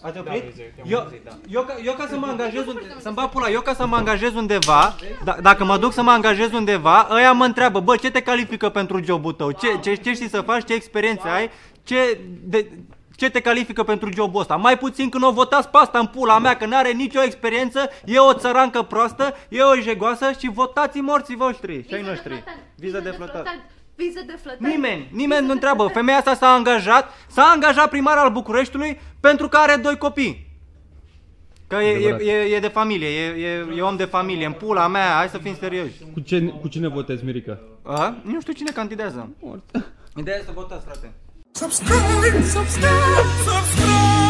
Ați oprit? Eu, eu, ca- eu ca să mă angajez unde, să-mi bag pula, eu ca să mă angajez undeva, da, dacă mă duc să mă angajez undeva, ăia mă întreabă, bă, ce te califică pentru jobul tău? Ce, ce, ce știi să faci? Ce experiențe ai? Ce, de, ce te califică pentru jobul ăsta? Mai puțin când o votați pe asta în pula mea, că n-are nicio experiență, e o țărancă proastă, e o jegoasă și votați morții voștri și ai noștri. Viză de flotat.
Viză de flotat.
Nimeni, nimeni nu întreabă. Femeia asta s-a angajat, s-a angajat primar al Bucureștiului pentru că are doi copii. Că e, e, e, e de familie, e, e, e om de familie, în pula mea, hai să fim serioși.
Cu, ce, cu cine votezi, Mirica?
A? Nu știu cine candidează. Ideea e să votați, frate.
Subscribe, subscribe, subscribe.